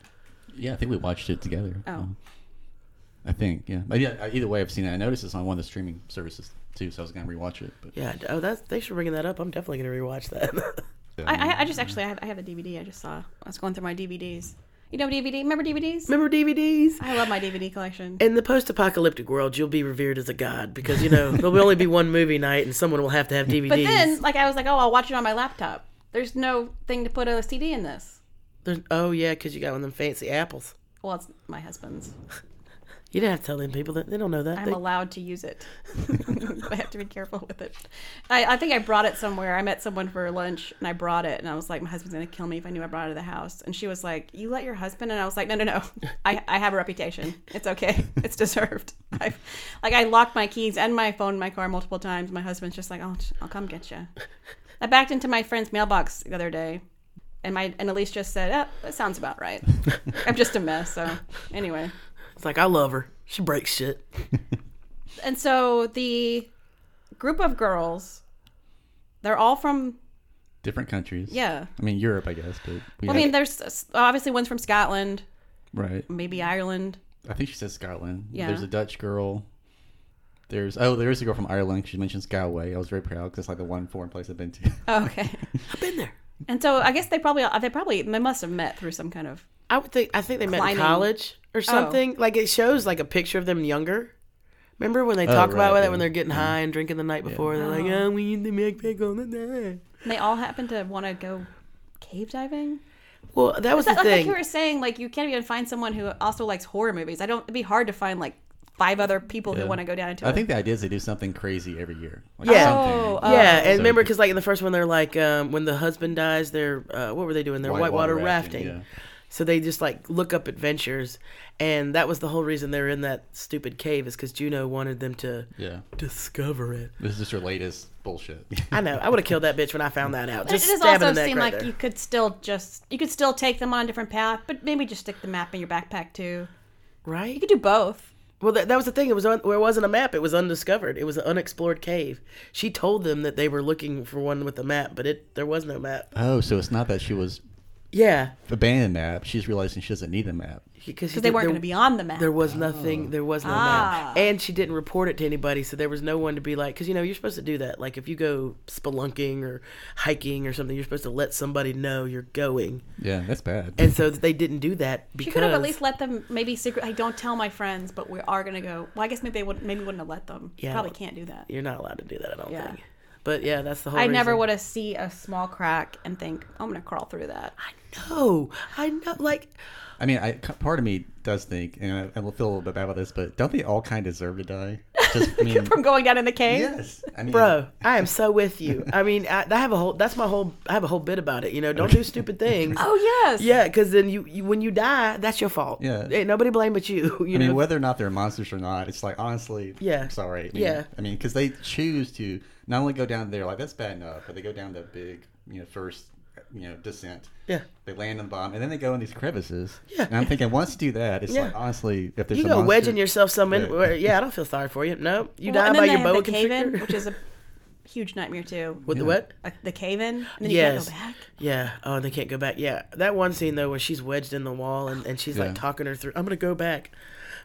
[SPEAKER 3] Yeah, I think we watched it together.
[SPEAKER 2] Oh.
[SPEAKER 3] Um, I think, yeah. But yeah, either way, I've seen it. I noticed it's on one of the streaming services too, so I was going to rewatch it. But
[SPEAKER 4] Yeah. Oh, that's thanks for bringing that up. I'm definitely gonna rewatch that.
[SPEAKER 2] I, I, I just actually I have, I have the DVD. I just saw. I was going through my DVDs. You know DVD? Remember DVDs?
[SPEAKER 4] remember DVDs?
[SPEAKER 2] I love my DVD collection.
[SPEAKER 4] in the post-apocalyptic world, you'll be revered as a god because you know there'll only be one movie night, and someone will have to have DVDs.
[SPEAKER 2] But then, like, I was like, oh, I'll watch it on my laptop. There's no thing to put a CD in this.
[SPEAKER 4] There's, oh yeah, because you got one of them fancy apples.
[SPEAKER 2] Well, it's my husband's.
[SPEAKER 4] You didn't have to tell them people that they don't know that.
[SPEAKER 2] I'm
[SPEAKER 4] They-
[SPEAKER 2] allowed to use it. I have to be careful with it. I, I think I brought it somewhere. I met someone for lunch and I brought it, and I was like, my husband's gonna kill me if I knew I brought it to the house. And she was like, you let your husband? And I was like, no, no, no. I, I have a reputation. It's okay. It's deserved. I've, like I locked my keys and my phone in my car multiple times. My husband's just like, oh, I'll come get you. I backed into my friend's mailbox the other day. And my and Elise just said, oh, "That sounds about right." I'm just a mess. So anyway,
[SPEAKER 4] it's like I love her. She breaks shit.
[SPEAKER 2] and so the group of girls they're all from
[SPEAKER 3] different countries.
[SPEAKER 2] yeah
[SPEAKER 3] I mean, Europe, I guess. But we
[SPEAKER 2] well, i
[SPEAKER 3] had-
[SPEAKER 2] mean there's s- obviously one's from scotland
[SPEAKER 3] right.
[SPEAKER 2] maybe ireland
[SPEAKER 3] I think she says Scotland.
[SPEAKER 2] Yeah.
[SPEAKER 3] There's a Dutch girl. There's oh, there is a girl from Ireland. She mentioned Galway. I was very proud because it's like the one foreign place I've been to.
[SPEAKER 2] oh, okay
[SPEAKER 4] I've been there.
[SPEAKER 2] and so i guess they probably they probably they must have met through some kind of
[SPEAKER 4] I would think. I think they met
[SPEAKER 2] Climbing.
[SPEAKER 4] in college or something. Like it shows like a picture of them younger. Remember when they talk
[SPEAKER 3] Oh, right,
[SPEAKER 4] about that
[SPEAKER 3] yeah. Mm-hmm.
[SPEAKER 4] when they're getting high and drinking the night before? They're like, "Oh, we need to make pick on the day."
[SPEAKER 2] and they all happen to want to go cave diving
[SPEAKER 4] Well, that was
[SPEAKER 2] But
[SPEAKER 4] the
[SPEAKER 2] like, like
[SPEAKER 4] thing.
[SPEAKER 2] you were saying, like you can't even find someone who also likes horror movies. I don't. It'd be hard to find like five other people who want to go down into.
[SPEAKER 3] I
[SPEAKER 2] it.
[SPEAKER 3] think the idea is they do something crazy every year. Like
[SPEAKER 4] Yeah. uh,
[SPEAKER 3] something.
[SPEAKER 2] Oh, oh.
[SPEAKER 4] yeah, and
[SPEAKER 3] So-
[SPEAKER 4] remember, because like in the first one, they're like, um, when the husband dies, they're uh, what were they doing? They're
[SPEAKER 3] Whitewater
[SPEAKER 4] whitewater, rafting.
[SPEAKER 3] rafting, yeah.
[SPEAKER 4] So they just like look up adventures, and that was the whole reason they're in that stupid cave is because Juno wanted them to
[SPEAKER 3] yeah.
[SPEAKER 4] discover it.
[SPEAKER 3] This is just your latest bullshit.
[SPEAKER 4] I know. I would have killed that bitch when I found that out.
[SPEAKER 2] But
[SPEAKER 4] Just
[SPEAKER 2] it does
[SPEAKER 4] stab in
[SPEAKER 2] also
[SPEAKER 4] the neck
[SPEAKER 2] seem
[SPEAKER 4] right
[SPEAKER 2] like
[SPEAKER 4] there.
[SPEAKER 2] you could still just you could still take them on a different path, but maybe just stick the map in your backpack too.
[SPEAKER 4] right?
[SPEAKER 2] You could do both.
[SPEAKER 4] Well, that, that was the thing. It was on, well, it wasn't a map. It was undiscovered. It was an unexplored cave. She told them that they were looking for one with a map, but it there was no map.
[SPEAKER 3] oh, so it's not that she was
[SPEAKER 4] Yeah,
[SPEAKER 3] abandoned map. She's realizing she doesn't need the map.
[SPEAKER 4] because
[SPEAKER 2] Because they weren't going to be on the map.
[SPEAKER 4] There was
[SPEAKER 3] Oh.
[SPEAKER 4] nothing. There was no
[SPEAKER 2] Ah.
[SPEAKER 4] map, and she didn't report it to anybody, so there was no one to be like, because you know you're supposed to do that. Like if you go spelunking or hiking or something, you're supposed to let somebody know you're going,
[SPEAKER 3] Yeah, that's bad.
[SPEAKER 4] and so they didn't do that because
[SPEAKER 2] you could have at least let them maybe secret. I don't tell my friends, but we are going to go. Well, I guess maybe they would maybe wouldn't have let them.
[SPEAKER 4] Yeah.
[SPEAKER 2] Probably can't do that.
[SPEAKER 4] you're not allowed to do that. I don't
[SPEAKER 2] Yeah.
[SPEAKER 4] think. But yeah, that's the whole.
[SPEAKER 2] I never
[SPEAKER 4] reason.
[SPEAKER 2] would have see a small crack and think I'm going to crawl through that.
[SPEAKER 4] No, Oh, I know. Like
[SPEAKER 3] I mean, I, part of me does think, and I, I will feel a little bit bad about this, but don't they all kind of deserve to die? Just, I mean,
[SPEAKER 2] From going down in the cave.
[SPEAKER 3] yes. I mean,
[SPEAKER 4] bro i am so with you i mean I, I have a whole that's my whole i have a whole bit about it you know don't do stupid things
[SPEAKER 2] Oh yes.
[SPEAKER 4] yeah because then you, you when you die that's your fault
[SPEAKER 3] Yeah.
[SPEAKER 4] Ain't nobody blame but you you
[SPEAKER 3] I
[SPEAKER 4] know
[SPEAKER 3] mean, whether or not they're monsters or not, it's like honestly,
[SPEAKER 4] Yeah.
[SPEAKER 3] it's all right. I mean,
[SPEAKER 4] Yeah.
[SPEAKER 3] I mean, because they choose to not only go down there, like that's bad enough, but they go down the big, you know, first, you know, descent.
[SPEAKER 4] Yeah.
[SPEAKER 3] They land on the bottom, and then they go in these crevices.
[SPEAKER 4] Yeah.
[SPEAKER 3] And I'm thinking, once you do that, it's
[SPEAKER 4] Yeah.
[SPEAKER 3] like honestly, if there's
[SPEAKER 4] you
[SPEAKER 3] a
[SPEAKER 4] go
[SPEAKER 3] monster,
[SPEAKER 4] wedging yourself some in
[SPEAKER 3] Yeah.
[SPEAKER 4] where, yeah i don't feel sorry for you no you
[SPEAKER 2] Well,
[SPEAKER 4] die
[SPEAKER 2] and then
[SPEAKER 4] by
[SPEAKER 2] they
[SPEAKER 4] your
[SPEAKER 2] have
[SPEAKER 4] boa
[SPEAKER 2] the cave in,
[SPEAKER 4] constrictor
[SPEAKER 2] which is a huge nightmare too.
[SPEAKER 4] with the what
[SPEAKER 2] Like, the cave in, and then
[SPEAKER 4] Yes.
[SPEAKER 2] you can't go back.
[SPEAKER 4] Yeah. Oh, they can't go back. Yeah. That one scene though, where she's wedged in the wall and, and she's
[SPEAKER 3] Yeah.
[SPEAKER 4] like talking her through. I'm gonna go back,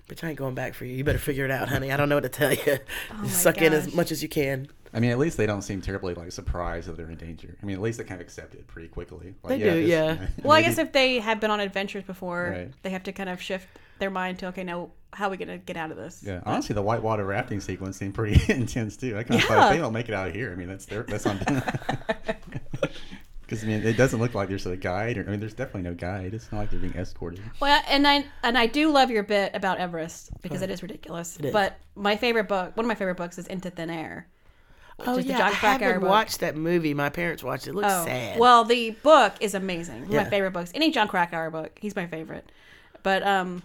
[SPEAKER 4] but I ain't going back for you. You better figure it out, honey. I don't know what to tell you.
[SPEAKER 2] Oh my
[SPEAKER 4] Suck in as
[SPEAKER 2] gosh.
[SPEAKER 4] much as you can.
[SPEAKER 3] I mean, at least they don't seem terribly like surprised that they're in danger. I mean, at least they kind of accept it pretty quickly. Like,
[SPEAKER 4] They do,
[SPEAKER 3] this-
[SPEAKER 4] yeah.
[SPEAKER 2] Well, I
[SPEAKER 3] maybe-
[SPEAKER 2] guess if they have been on adventures before,
[SPEAKER 3] Right.
[SPEAKER 2] they have to kind of shift their mind to okay, now how are we gonna get out of this?
[SPEAKER 3] Yeah, honestly, the whitewater rafting sequence seemed pretty intense too. I kind of
[SPEAKER 2] Yeah.
[SPEAKER 3] thought if they don't make it out of here, I mean, that's their that's on them. Because I mean, it doesn't look like there's a guide, or I mean, there's definitely no guide. It's not like they're being escorted.
[SPEAKER 2] Well, and I and I do love your bit about Everest because it is ridiculous.
[SPEAKER 4] is.
[SPEAKER 2] But my favorite book, one of my favorite books, is Into Thin Air.
[SPEAKER 4] oh
[SPEAKER 2] is the
[SPEAKER 4] yeah,
[SPEAKER 2] John
[SPEAKER 4] I
[SPEAKER 2] Krakauer
[SPEAKER 4] haven't
[SPEAKER 2] book.
[SPEAKER 4] watched that movie. My parents watched it. It looks
[SPEAKER 2] Oh,
[SPEAKER 4] sad.
[SPEAKER 2] well, the book is amazing. One of
[SPEAKER 4] Yeah.
[SPEAKER 2] My favorite books. Any John Krakauer book, he's my favorite. But um,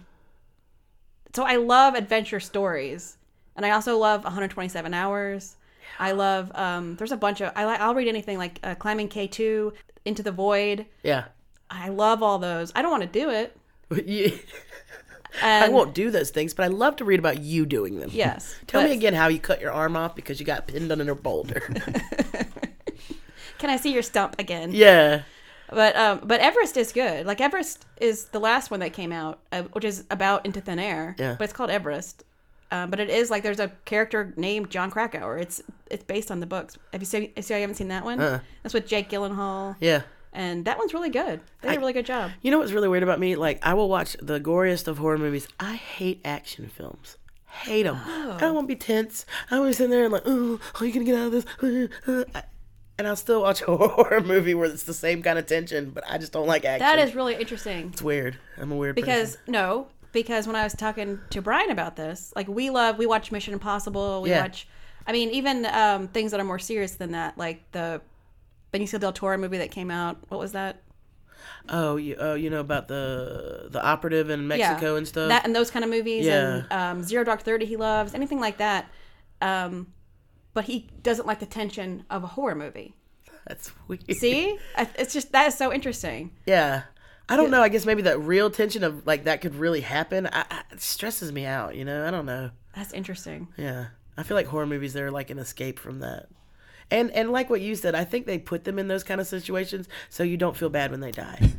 [SPEAKER 2] so I love adventure stories, and I also love 127 Hours. I love um, there's a bunch of I like I'll read anything like uh, Climbing K2, Into the Void.
[SPEAKER 4] yeah.
[SPEAKER 2] I love all those. I don't want to do it.
[SPEAKER 4] You- I
[SPEAKER 2] And
[SPEAKER 4] won't do those things, but I love to read about you doing them.
[SPEAKER 2] Yes.
[SPEAKER 4] Tell
[SPEAKER 2] but
[SPEAKER 4] me again how you cut your arm off because you got pinned under a boulder.
[SPEAKER 2] Can I see your stump again?
[SPEAKER 4] yeah.
[SPEAKER 2] But um, but Everest is good. Like Everest is the last one that came out, uh, which is about into thin air.
[SPEAKER 4] Yeah.
[SPEAKER 2] But it's called Everest. Um, but it is like there's a character named John Krakauer. It's it's based on the books. Have you seen? So you haven't seen that one?
[SPEAKER 4] Uh-uh.
[SPEAKER 2] That's with Jake Gyllenhaal.
[SPEAKER 4] Yeah.
[SPEAKER 2] And that one's really good. They did a really good job.
[SPEAKER 4] You know what's really weird about me? Like, I will watch the goriest of horror movies. I hate action films. Hate them. I
[SPEAKER 2] Oh.
[SPEAKER 4] don't want to be tense. I want to be sitting there and like, oh, are you going to get out of this? Uh, uh, I- And I'll still watch a horror movie where it's the same kind of tension, but I just don't like action.
[SPEAKER 2] That is really interesting.
[SPEAKER 4] It's weird. I'm a weird person.
[SPEAKER 2] Because no, because when I was talking to Brian about this, like we love, we watch Mission Impossible. We
[SPEAKER 4] Yeah.
[SPEAKER 2] watch, I mean, even um, things that are more serious than that, like the Benicio del Toro movie that came out. What was that?
[SPEAKER 4] Oh, you, oh, you know about the the operative in Mexico and stuff.
[SPEAKER 2] That and those kind of movies.
[SPEAKER 4] Yeah.
[SPEAKER 2] And um, Zero Dark Thirty, he loves anything like that. Um, but he doesn't like the tension of a horror movie.
[SPEAKER 4] That's weird.
[SPEAKER 2] See, I- it's just that is so interesting.
[SPEAKER 4] Yeah. I don't know. I guess maybe that real tension of like that could really happen. I, I, it stresses me out. You know. I don't know.
[SPEAKER 2] That's interesting.
[SPEAKER 4] Yeah. I feel like horror movies they're like an escape from that. And and like what you said, I think they put them in those kind of situations so you don't feel bad when they die.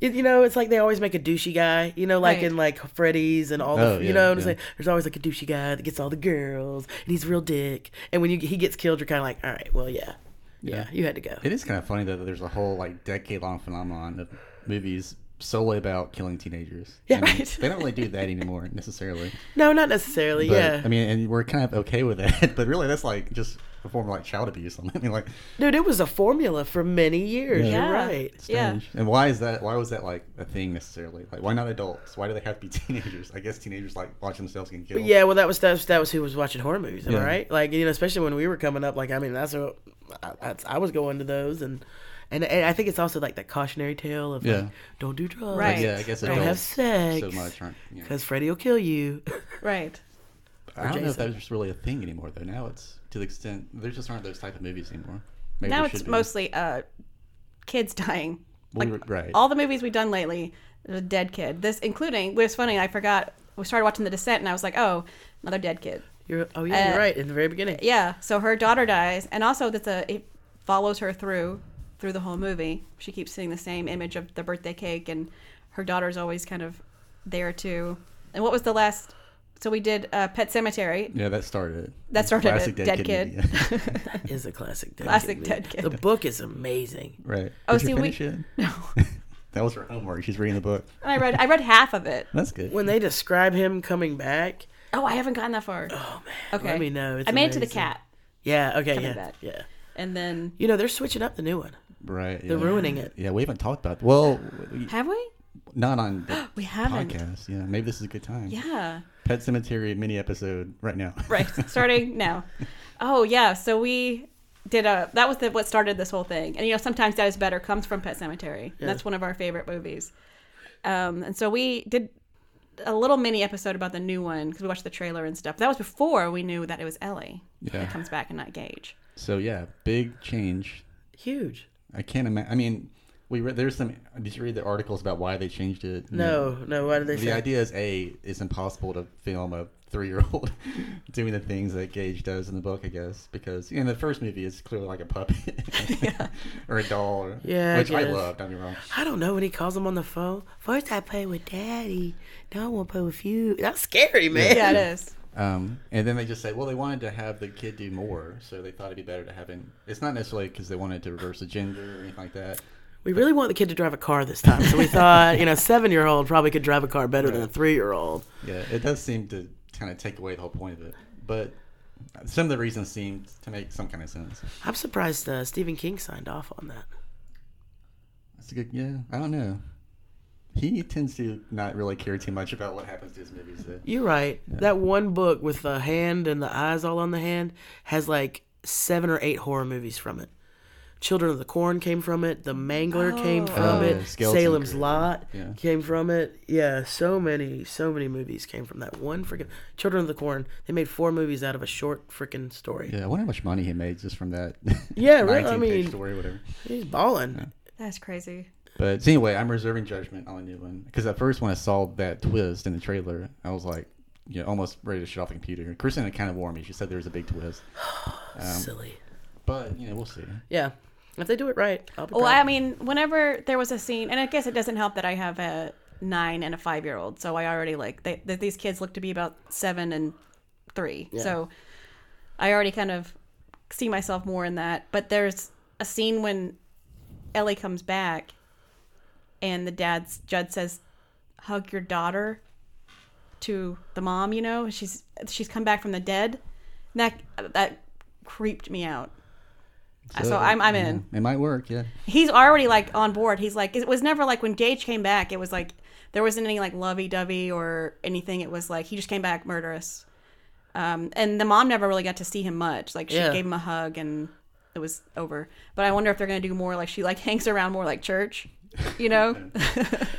[SPEAKER 4] you, you know, it's like they always make a douchey guy, you know, like
[SPEAKER 2] Right.
[SPEAKER 4] in like Freddy's and all
[SPEAKER 3] Oh,
[SPEAKER 4] the, you
[SPEAKER 3] yeah,
[SPEAKER 4] know what I'm
[SPEAKER 3] yeah.
[SPEAKER 4] saying? There's always like a douchey guy that gets all the girls and he's a real dick. And when you he gets killed, you're kind of like, all right, well, yeah. Yeah, you had to go.
[SPEAKER 3] It is kind of funny though that there's a whole like decade long phenomenon of movies solely about killing teenagers. Yeah,
[SPEAKER 4] right.
[SPEAKER 3] They don't really do that anymore necessarily.
[SPEAKER 4] no, not necessarily.
[SPEAKER 3] But,
[SPEAKER 4] yeah.
[SPEAKER 3] I mean, and we're kind of okay with that, but really that's like just a form of like child abuse. I mean, like
[SPEAKER 4] Dude, it was a formula for many years.
[SPEAKER 2] Yeah.
[SPEAKER 4] You're right.
[SPEAKER 2] Yeah.
[SPEAKER 3] strange. And why is that? Why was that like a thing necessarily? Like, why not adults? Why do they have to be teenagers? I guess teenagers like watch themselves get killed.
[SPEAKER 4] Yeah, well, that was that was, that was who was watching horror movies, am I
[SPEAKER 3] Yeah.
[SPEAKER 4] right? Like you know, especially when we were coming up. Like I mean, that's what I, that's, I was going to those, and, and and I think it's also like that cautionary tale of like,
[SPEAKER 3] Yeah.
[SPEAKER 4] don't do drugs,
[SPEAKER 2] Right.
[SPEAKER 3] Yeah, I guess
[SPEAKER 4] don't have
[SPEAKER 3] adults
[SPEAKER 4] sex,
[SPEAKER 3] so much aren't. You know.
[SPEAKER 4] because Freddy will kill you.
[SPEAKER 2] Right.
[SPEAKER 3] I don't know if
[SPEAKER 4] Jason.
[SPEAKER 3] that's really a thing anymore, though. Now it's to the extent there just aren't those type of movies anymore. Maybe
[SPEAKER 2] Now
[SPEAKER 3] there
[SPEAKER 2] it's
[SPEAKER 3] should be.
[SPEAKER 2] mostly uh, kids dying.
[SPEAKER 3] We
[SPEAKER 2] like,
[SPEAKER 3] were- right.
[SPEAKER 2] All the movies we've done lately, there's a dead kid. This including, it was funny, I forgot, we started watching The Descent and I was like, oh, another dead kid.
[SPEAKER 4] You're, oh yeah, you're
[SPEAKER 2] Uh,
[SPEAKER 4] right. In the very beginning,
[SPEAKER 2] Yeah, so her daughter dies and also that's a, it follows her through, through the whole movie. She keeps seeing the same image of the birthday cake and her daughter's always kind of there too. And what was the last, so we did uh, Pet Cemetery.
[SPEAKER 3] yeah, that started. it.
[SPEAKER 2] That started
[SPEAKER 3] Classic
[SPEAKER 2] it, Dead Kid.
[SPEAKER 3] movie, yeah.
[SPEAKER 4] is a classic. Dead
[SPEAKER 2] Classic
[SPEAKER 4] movie.
[SPEAKER 2] Dead Kid.
[SPEAKER 4] The book is amazing.
[SPEAKER 3] right.
[SPEAKER 2] Oh,
[SPEAKER 3] Did
[SPEAKER 2] see,
[SPEAKER 3] you
[SPEAKER 2] we-
[SPEAKER 3] finish it?
[SPEAKER 2] No.
[SPEAKER 3] That was her homework. She's reading the book.
[SPEAKER 2] And I read, I read half of it.
[SPEAKER 3] That's good.
[SPEAKER 4] When they describe him coming back,
[SPEAKER 2] Oh, I haven't gotten that far. Oh man. Okay.
[SPEAKER 4] Let me know. It's
[SPEAKER 2] I made it to the
[SPEAKER 4] amazing.
[SPEAKER 2] cat,
[SPEAKER 4] yeah, okay,
[SPEAKER 2] Coming
[SPEAKER 4] yeah,
[SPEAKER 2] back.
[SPEAKER 4] yeah.
[SPEAKER 2] and then
[SPEAKER 4] You know, they're switching up the new one.
[SPEAKER 3] right.
[SPEAKER 4] They're
[SPEAKER 3] yeah.
[SPEAKER 4] ruining it.
[SPEAKER 3] Yeah, we haven't talked about. Well, we-
[SPEAKER 2] have we?
[SPEAKER 3] not on the
[SPEAKER 2] We haven't.
[SPEAKER 3] podcast. Yeah, maybe this is a good time.
[SPEAKER 2] Yeah.
[SPEAKER 3] Pet Cemetery mini episode right now.
[SPEAKER 2] Right. Starting now. Oh yeah. So we did a. That was the, what started this whole thing. And you know, sometimes that is better comes from Pet Cemetery. And That's one of our favorite movies. Um, and so we did a little mini episode about the new one because we watched the trailer and stuff. That was before we knew that it was Ellie
[SPEAKER 3] Yeah.
[SPEAKER 2] that comes back and not Gage.
[SPEAKER 3] So yeah, big change.
[SPEAKER 4] Huge.
[SPEAKER 3] I can't imagine. I mean, we read there's some. Did you read the articles about why they changed it?
[SPEAKER 4] No, no. Why did they
[SPEAKER 3] The
[SPEAKER 4] say?
[SPEAKER 3] idea is a it's impossible to film a three year old doing the things that Gage does in the book, I guess, because in the first movie it's clearly like a puppet or a doll, or,
[SPEAKER 4] Yeah, I
[SPEAKER 3] which I
[SPEAKER 4] guess.
[SPEAKER 3] love. Don't be wrong.
[SPEAKER 4] I don't know when he calls him on the phone. First I play with daddy. Now I want to play with you. That's scary, man.
[SPEAKER 2] Yeah, it is.
[SPEAKER 3] Um, and then they just say, well, they wanted to have the kid do more, so they thought it'd be better to have him. It's not necessarily because they wanted to reverse the gender or anything like that.
[SPEAKER 4] We really want the kid to drive a car this time. So we thought, you know, seven year old probably could drive a car better than a three year old.
[SPEAKER 3] Yeah, it does seem to kind of take away the whole point of it, but some of the reasons seem to make some kind of sense.
[SPEAKER 4] I'm surprised uh, Stephen King signed off on that.
[SPEAKER 3] That's a good. Yeah, I don't know. He tends to not really care too much about what happens to his movies. Though.
[SPEAKER 4] You're right. That one book with the hand and the eyes all on the hand has like seven or eight horror movies from it. Children of the Corn came from it. The Mangler came from
[SPEAKER 3] Oh,
[SPEAKER 4] it.
[SPEAKER 3] yeah, Skeleton
[SPEAKER 4] Salem's
[SPEAKER 3] Crew.
[SPEAKER 4] Lot
[SPEAKER 3] Yeah.
[SPEAKER 4] came from it. Yeah, so many, so many movies came from that one freaking Children of the Corn. They made four movies out of a short freaking story.
[SPEAKER 3] Yeah, I wonder how much money he made just from that.
[SPEAKER 4] Yeah, right, I
[SPEAKER 3] 19-page
[SPEAKER 4] mean-
[SPEAKER 3] story, or whatever.
[SPEAKER 4] He's balling.
[SPEAKER 2] That's crazy.
[SPEAKER 3] But anyway, I'm reserving judgment on the new one because at first when I saw that twist in the trailer, I was like, you know, almost ready to shut off the computer. Kristen kind of warned me. She said there was a big twist, Um,
[SPEAKER 4] Silly.
[SPEAKER 3] but you know, we'll see.
[SPEAKER 2] Uh,
[SPEAKER 4] Yeah. If they do it right, I'll be
[SPEAKER 2] Well,
[SPEAKER 4] proud.
[SPEAKER 2] I mean, whenever there was a scene, and I guess it doesn't help that I have a nine and a five year old, so I already like they, that these kids look to be about seven and three, so I already kind of see myself more in that. But there's a scene when Ellie comes back, and the dad's Judd says, "Hug your daughter," to the mom. You know, she's she's come back from the dead. And that that creeped me out. So, I'm I'm in.
[SPEAKER 3] It might work. Yeah.
[SPEAKER 2] He's already like on board. He's like it was never like when Gage came back. It was like there wasn't any like lovey dovey or anything. It was like he just came back murderous. Um, and the mom never really got to see him much. Like she
[SPEAKER 4] Yeah.
[SPEAKER 2] gave him a hug and it was over. But I wonder if they're gonna do more. Like she like hangs around more like church, you know?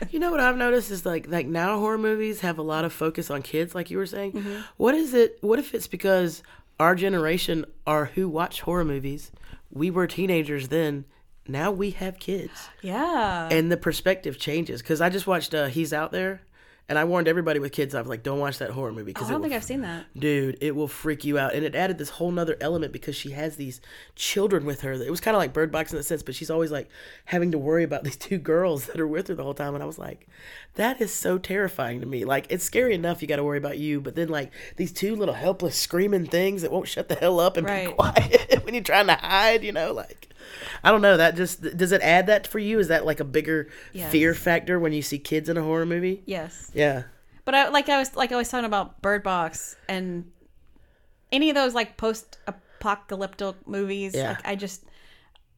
[SPEAKER 4] You know what I've noticed is like like now horror movies have a lot of focus on kids, like you were saying.
[SPEAKER 2] Mm-hmm.
[SPEAKER 4] What is it? What if it's because our generation are who watch horror movies? We were teenagers then. Now we have kids,
[SPEAKER 2] yeah.
[SPEAKER 4] and the perspective changes. Because I just watched uh, He's Out There, and I warned everybody with kids. I was like, don't watch that horror movie
[SPEAKER 2] I
[SPEAKER 4] because
[SPEAKER 2] don't
[SPEAKER 4] will
[SPEAKER 2] think I've seen that.
[SPEAKER 4] dude it will freak you out and it added this whole nother element because she has these children with her it was kind of like bird box in a sense but she's always like having to worry about these two girls that are with her the whole time and i was like that is so terrifying to me like it's scary enough you got to worry about you but then like these two little helpless screaming things that won't shut the hell up and be
[SPEAKER 2] Right.
[SPEAKER 4] quiet when you're trying to hide you know like i don't know that just does it add that for you is that like a bigger
[SPEAKER 2] Yes.
[SPEAKER 4] fear factor when you see kids in a horror movie
[SPEAKER 2] Yes.
[SPEAKER 4] yeah
[SPEAKER 2] But I like I was like I was talking about Bird Box and any of those like post apocalyptic movies.
[SPEAKER 4] Yeah.
[SPEAKER 2] Like, I just,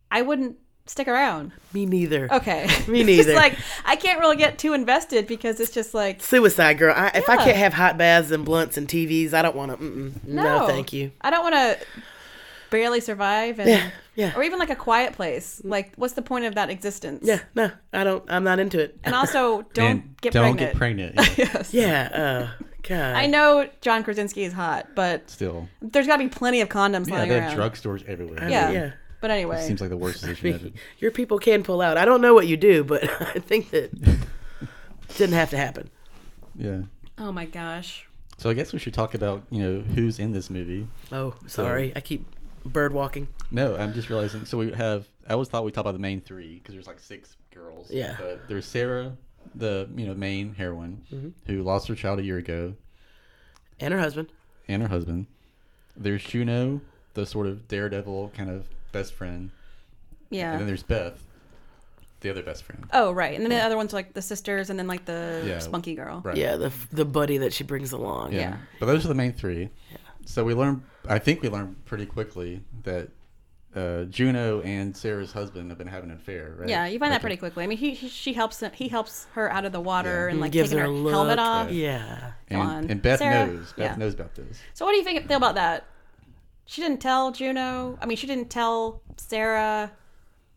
[SPEAKER 2] I wouldn't stick around.
[SPEAKER 4] Me neither.
[SPEAKER 2] Okay.
[SPEAKER 4] Me
[SPEAKER 2] it's
[SPEAKER 4] neither.
[SPEAKER 2] just like I can't really get too invested because it's just like
[SPEAKER 4] Suicide girl. I, If I
[SPEAKER 2] Yeah.
[SPEAKER 4] can't have hot baths and blunts and TVs, I don't want to. Mm-mm,
[SPEAKER 2] no,
[SPEAKER 4] no. thank you.
[SPEAKER 2] I don't want to barely survive and
[SPEAKER 4] Yeah, yeah. Mm.
[SPEAKER 2] or even like a quiet place. Like what's the point of that existence?
[SPEAKER 4] Yeah, no, I don't. I'm not into it.
[SPEAKER 2] And also don't
[SPEAKER 3] And
[SPEAKER 2] get
[SPEAKER 3] don't
[SPEAKER 2] pregnant.
[SPEAKER 3] get pregnant. Yeah,
[SPEAKER 2] yes.
[SPEAKER 4] Yeah. Uh, God.
[SPEAKER 2] I know John Krasinski is hot, but
[SPEAKER 3] still,
[SPEAKER 2] there's got to be plenty of condoms
[SPEAKER 3] yeah,
[SPEAKER 2] lying
[SPEAKER 3] they
[SPEAKER 2] around.
[SPEAKER 3] have drugstores everywhere.
[SPEAKER 2] yeah.
[SPEAKER 4] Yeah.
[SPEAKER 2] But anyway,
[SPEAKER 3] Seems like the worst decision. ever.
[SPEAKER 4] Your people can pull out. I don't know what you do, but I think that didn't have to happen.
[SPEAKER 3] Yeah.
[SPEAKER 2] oh my gosh.
[SPEAKER 3] So I guess we should talk about you know who's in this movie.
[SPEAKER 4] Oh, sorry. I keep bird walking.
[SPEAKER 3] No, I'm just realizing. So we have. I always thought we talked about the main three because there's like six girls.
[SPEAKER 4] Yeah.
[SPEAKER 3] But there's Sarah, the you know main heroine,
[SPEAKER 4] Mm-hmm.
[SPEAKER 3] who lost her child a year ago,
[SPEAKER 4] And her husband.
[SPEAKER 3] and her husband. There's Juno, the sort of daredevil kind of best friend, and then
[SPEAKER 2] Yeah.
[SPEAKER 3] there's Beth, the other best friend.
[SPEAKER 2] Oh right, and then the other ones are like the sisters, and then like the
[SPEAKER 3] Yeah.
[SPEAKER 2] spunky girl.
[SPEAKER 3] Right.
[SPEAKER 4] Yeah, the the buddy that she brings along.
[SPEAKER 3] Yeah.
[SPEAKER 2] Yeah.
[SPEAKER 3] But those are the main three. So we learned. I think we learned pretty quickly that. Uh, Juno and Sarah's husband have been having an affair, right?
[SPEAKER 2] Yeah, you find that
[SPEAKER 3] Okay.
[SPEAKER 2] pretty quickly. I mean, he, he she helps him, he helps her out of the water
[SPEAKER 3] Yeah.
[SPEAKER 2] and like
[SPEAKER 4] Gives
[SPEAKER 2] taking
[SPEAKER 4] her
[SPEAKER 2] her,
[SPEAKER 4] a look.
[SPEAKER 2] helmet off.
[SPEAKER 4] Yeah.
[SPEAKER 2] on.
[SPEAKER 3] And, and Beth
[SPEAKER 2] Sarah?
[SPEAKER 3] knows. Beth
[SPEAKER 2] Yeah.
[SPEAKER 3] knows about this.
[SPEAKER 2] So what do you think feel about that? She didn't tell Juno. I mean, she didn't tell Sarah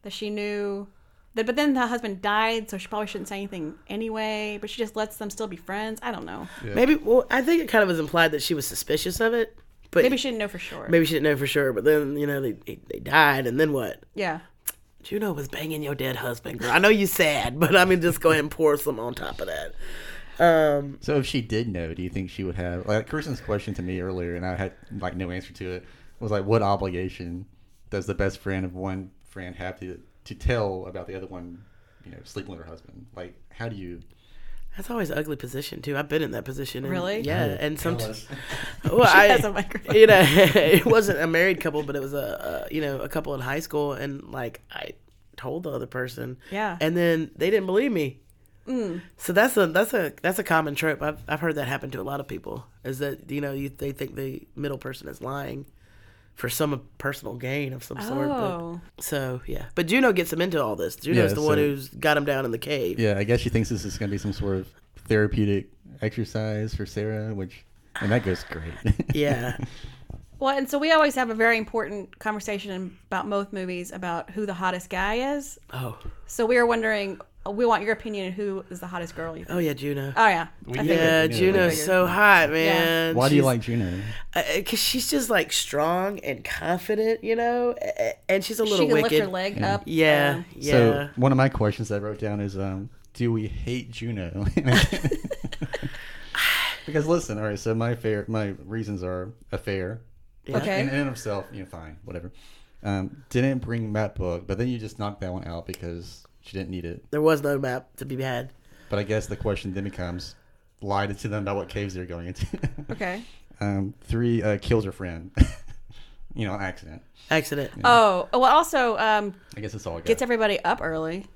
[SPEAKER 2] that she knew. That, but then the husband died, so she probably shouldn't say anything anyway. But she just lets them still be friends. I don't know.
[SPEAKER 4] Maybe. Well, I think it kind of was implied that she was suspicious of it, but
[SPEAKER 2] Maybe
[SPEAKER 4] maybe she,
[SPEAKER 2] she didn't know for sure.
[SPEAKER 4] didn't know for sure. But then you know they they, they died, and then what?
[SPEAKER 2] Yeah.
[SPEAKER 4] Juno was banging your dead husband. Girl. I know you sad, but I mean, just go ahead and pour some on top of that. Um,
[SPEAKER 3] So if she did know, do you think she would have like Kristen's question to me earlier, and I had like no answer to it. Was like, what obligation does the best friend of one friend have to to tell about the other one, you know, sleeping with her husband? Like, how do you?
[SPEAKER 4] that's always an ugly position too. I've been in that position. and-
[SPEAKER 2] Really?
[SPEAKER 4] Yeah, and
[SPEAKER 3] tell
[SPEAKER 4] sometimes
[SPEAKER 3] us?
[SPEAKER 4] well,
[SPEAKER 2] She
[SPEAKER 4] I,
[SPEAKER 2] has a microphone.
[SPEAKER 4] you know, it wasn't a married couple, but it was a, a you know a couple in high school, and like I told the other person,
[SPEAKER 2] Yeah. Mm.
[SPEAKER 4] and then they didn't believe me. So that's a that's a that's a common trope. I've I've heard that happen to a lot of people. Is that you know you, they think the middle person is lying for some personal gain of some sort. but-
[SPEAKER 2] Oh.
[SPEAKER 4] So yeah, but Juno gets him into all this. Juno's
[SPEAKER 3] Yeah,
[SPEAKER 4] the one
[SPEAKER 3] so-
[SPEAKER 4] who's got him down in the cave.
[SPEAKER 3] yeah, I guess she thinks this is going to be some sort of therapeutic exercise for Sarah, which and that goes great.
[SPEAKER 4] Yeah,
[SPEAKER 2] Well, and so we always have a very important conversation about both movies about who the hottest guy is.
[SPEAKER 4] oh
[SPEAKER 2] So we were wondering, we want your opinion who is the hottest girl you think.
[SPEAKER 4] oh yeah, Juno.
[SPEAKER 2] Oh, yeah.
[SPEAKER 3] We
[SPEAKER 2] I
[SPEAKER 3] knew
[SPEAKER 2] think-
[SPEAKER 3] it.
[SPEAKER 4] yeah,
[SPEAKER 3] Yeah.
[SPEAKER 4] Juno's so hot, man.
[SPEAKER 3] Why do you
[SPEAKER 4] She's-
[SPEAKER 3] like Juno?
[SPEAKER 4] because she's just like strong and confident, you know, a- a- and she's a
[SPEAKER 2] She
[SPEAKER 4] little
[SPEAKER 2] can
[SPEAKER 4] wicked. Mm.
[SPEAKER 2] lift her leg up.
[SPEAKER 4] Yeah,
[SPEAKER 2] um,
[SPEAKER 4] yeah.
[SPEAKER 3] So one of my questions I wrote down is, um, do we hate Juno? because listen, all right. So my fair, my reasons are affair.
[SPEAKER 2] Okay.
[SPEAKER 3] In and of itself, you know, fine, whatever. Um, didn't bring that book, but then you just knocked that one out because she didn't need it.
[SPEAKER 4] there was no map to be had.
[SPEAKER 3] But I guess the question then becomes, lied to them about what caves they're going into.
[SPEAKER 2] Okay.
[SPEAKER 3] um, three uh, kills her friend. you know, on accident.
[SPEAKER 4] Accident.
[SPEAKER 2] Oh, well, also um,
[SPEAKER 3] I guess that's all. I got.
[SPEAKER 2] gets everybody up early.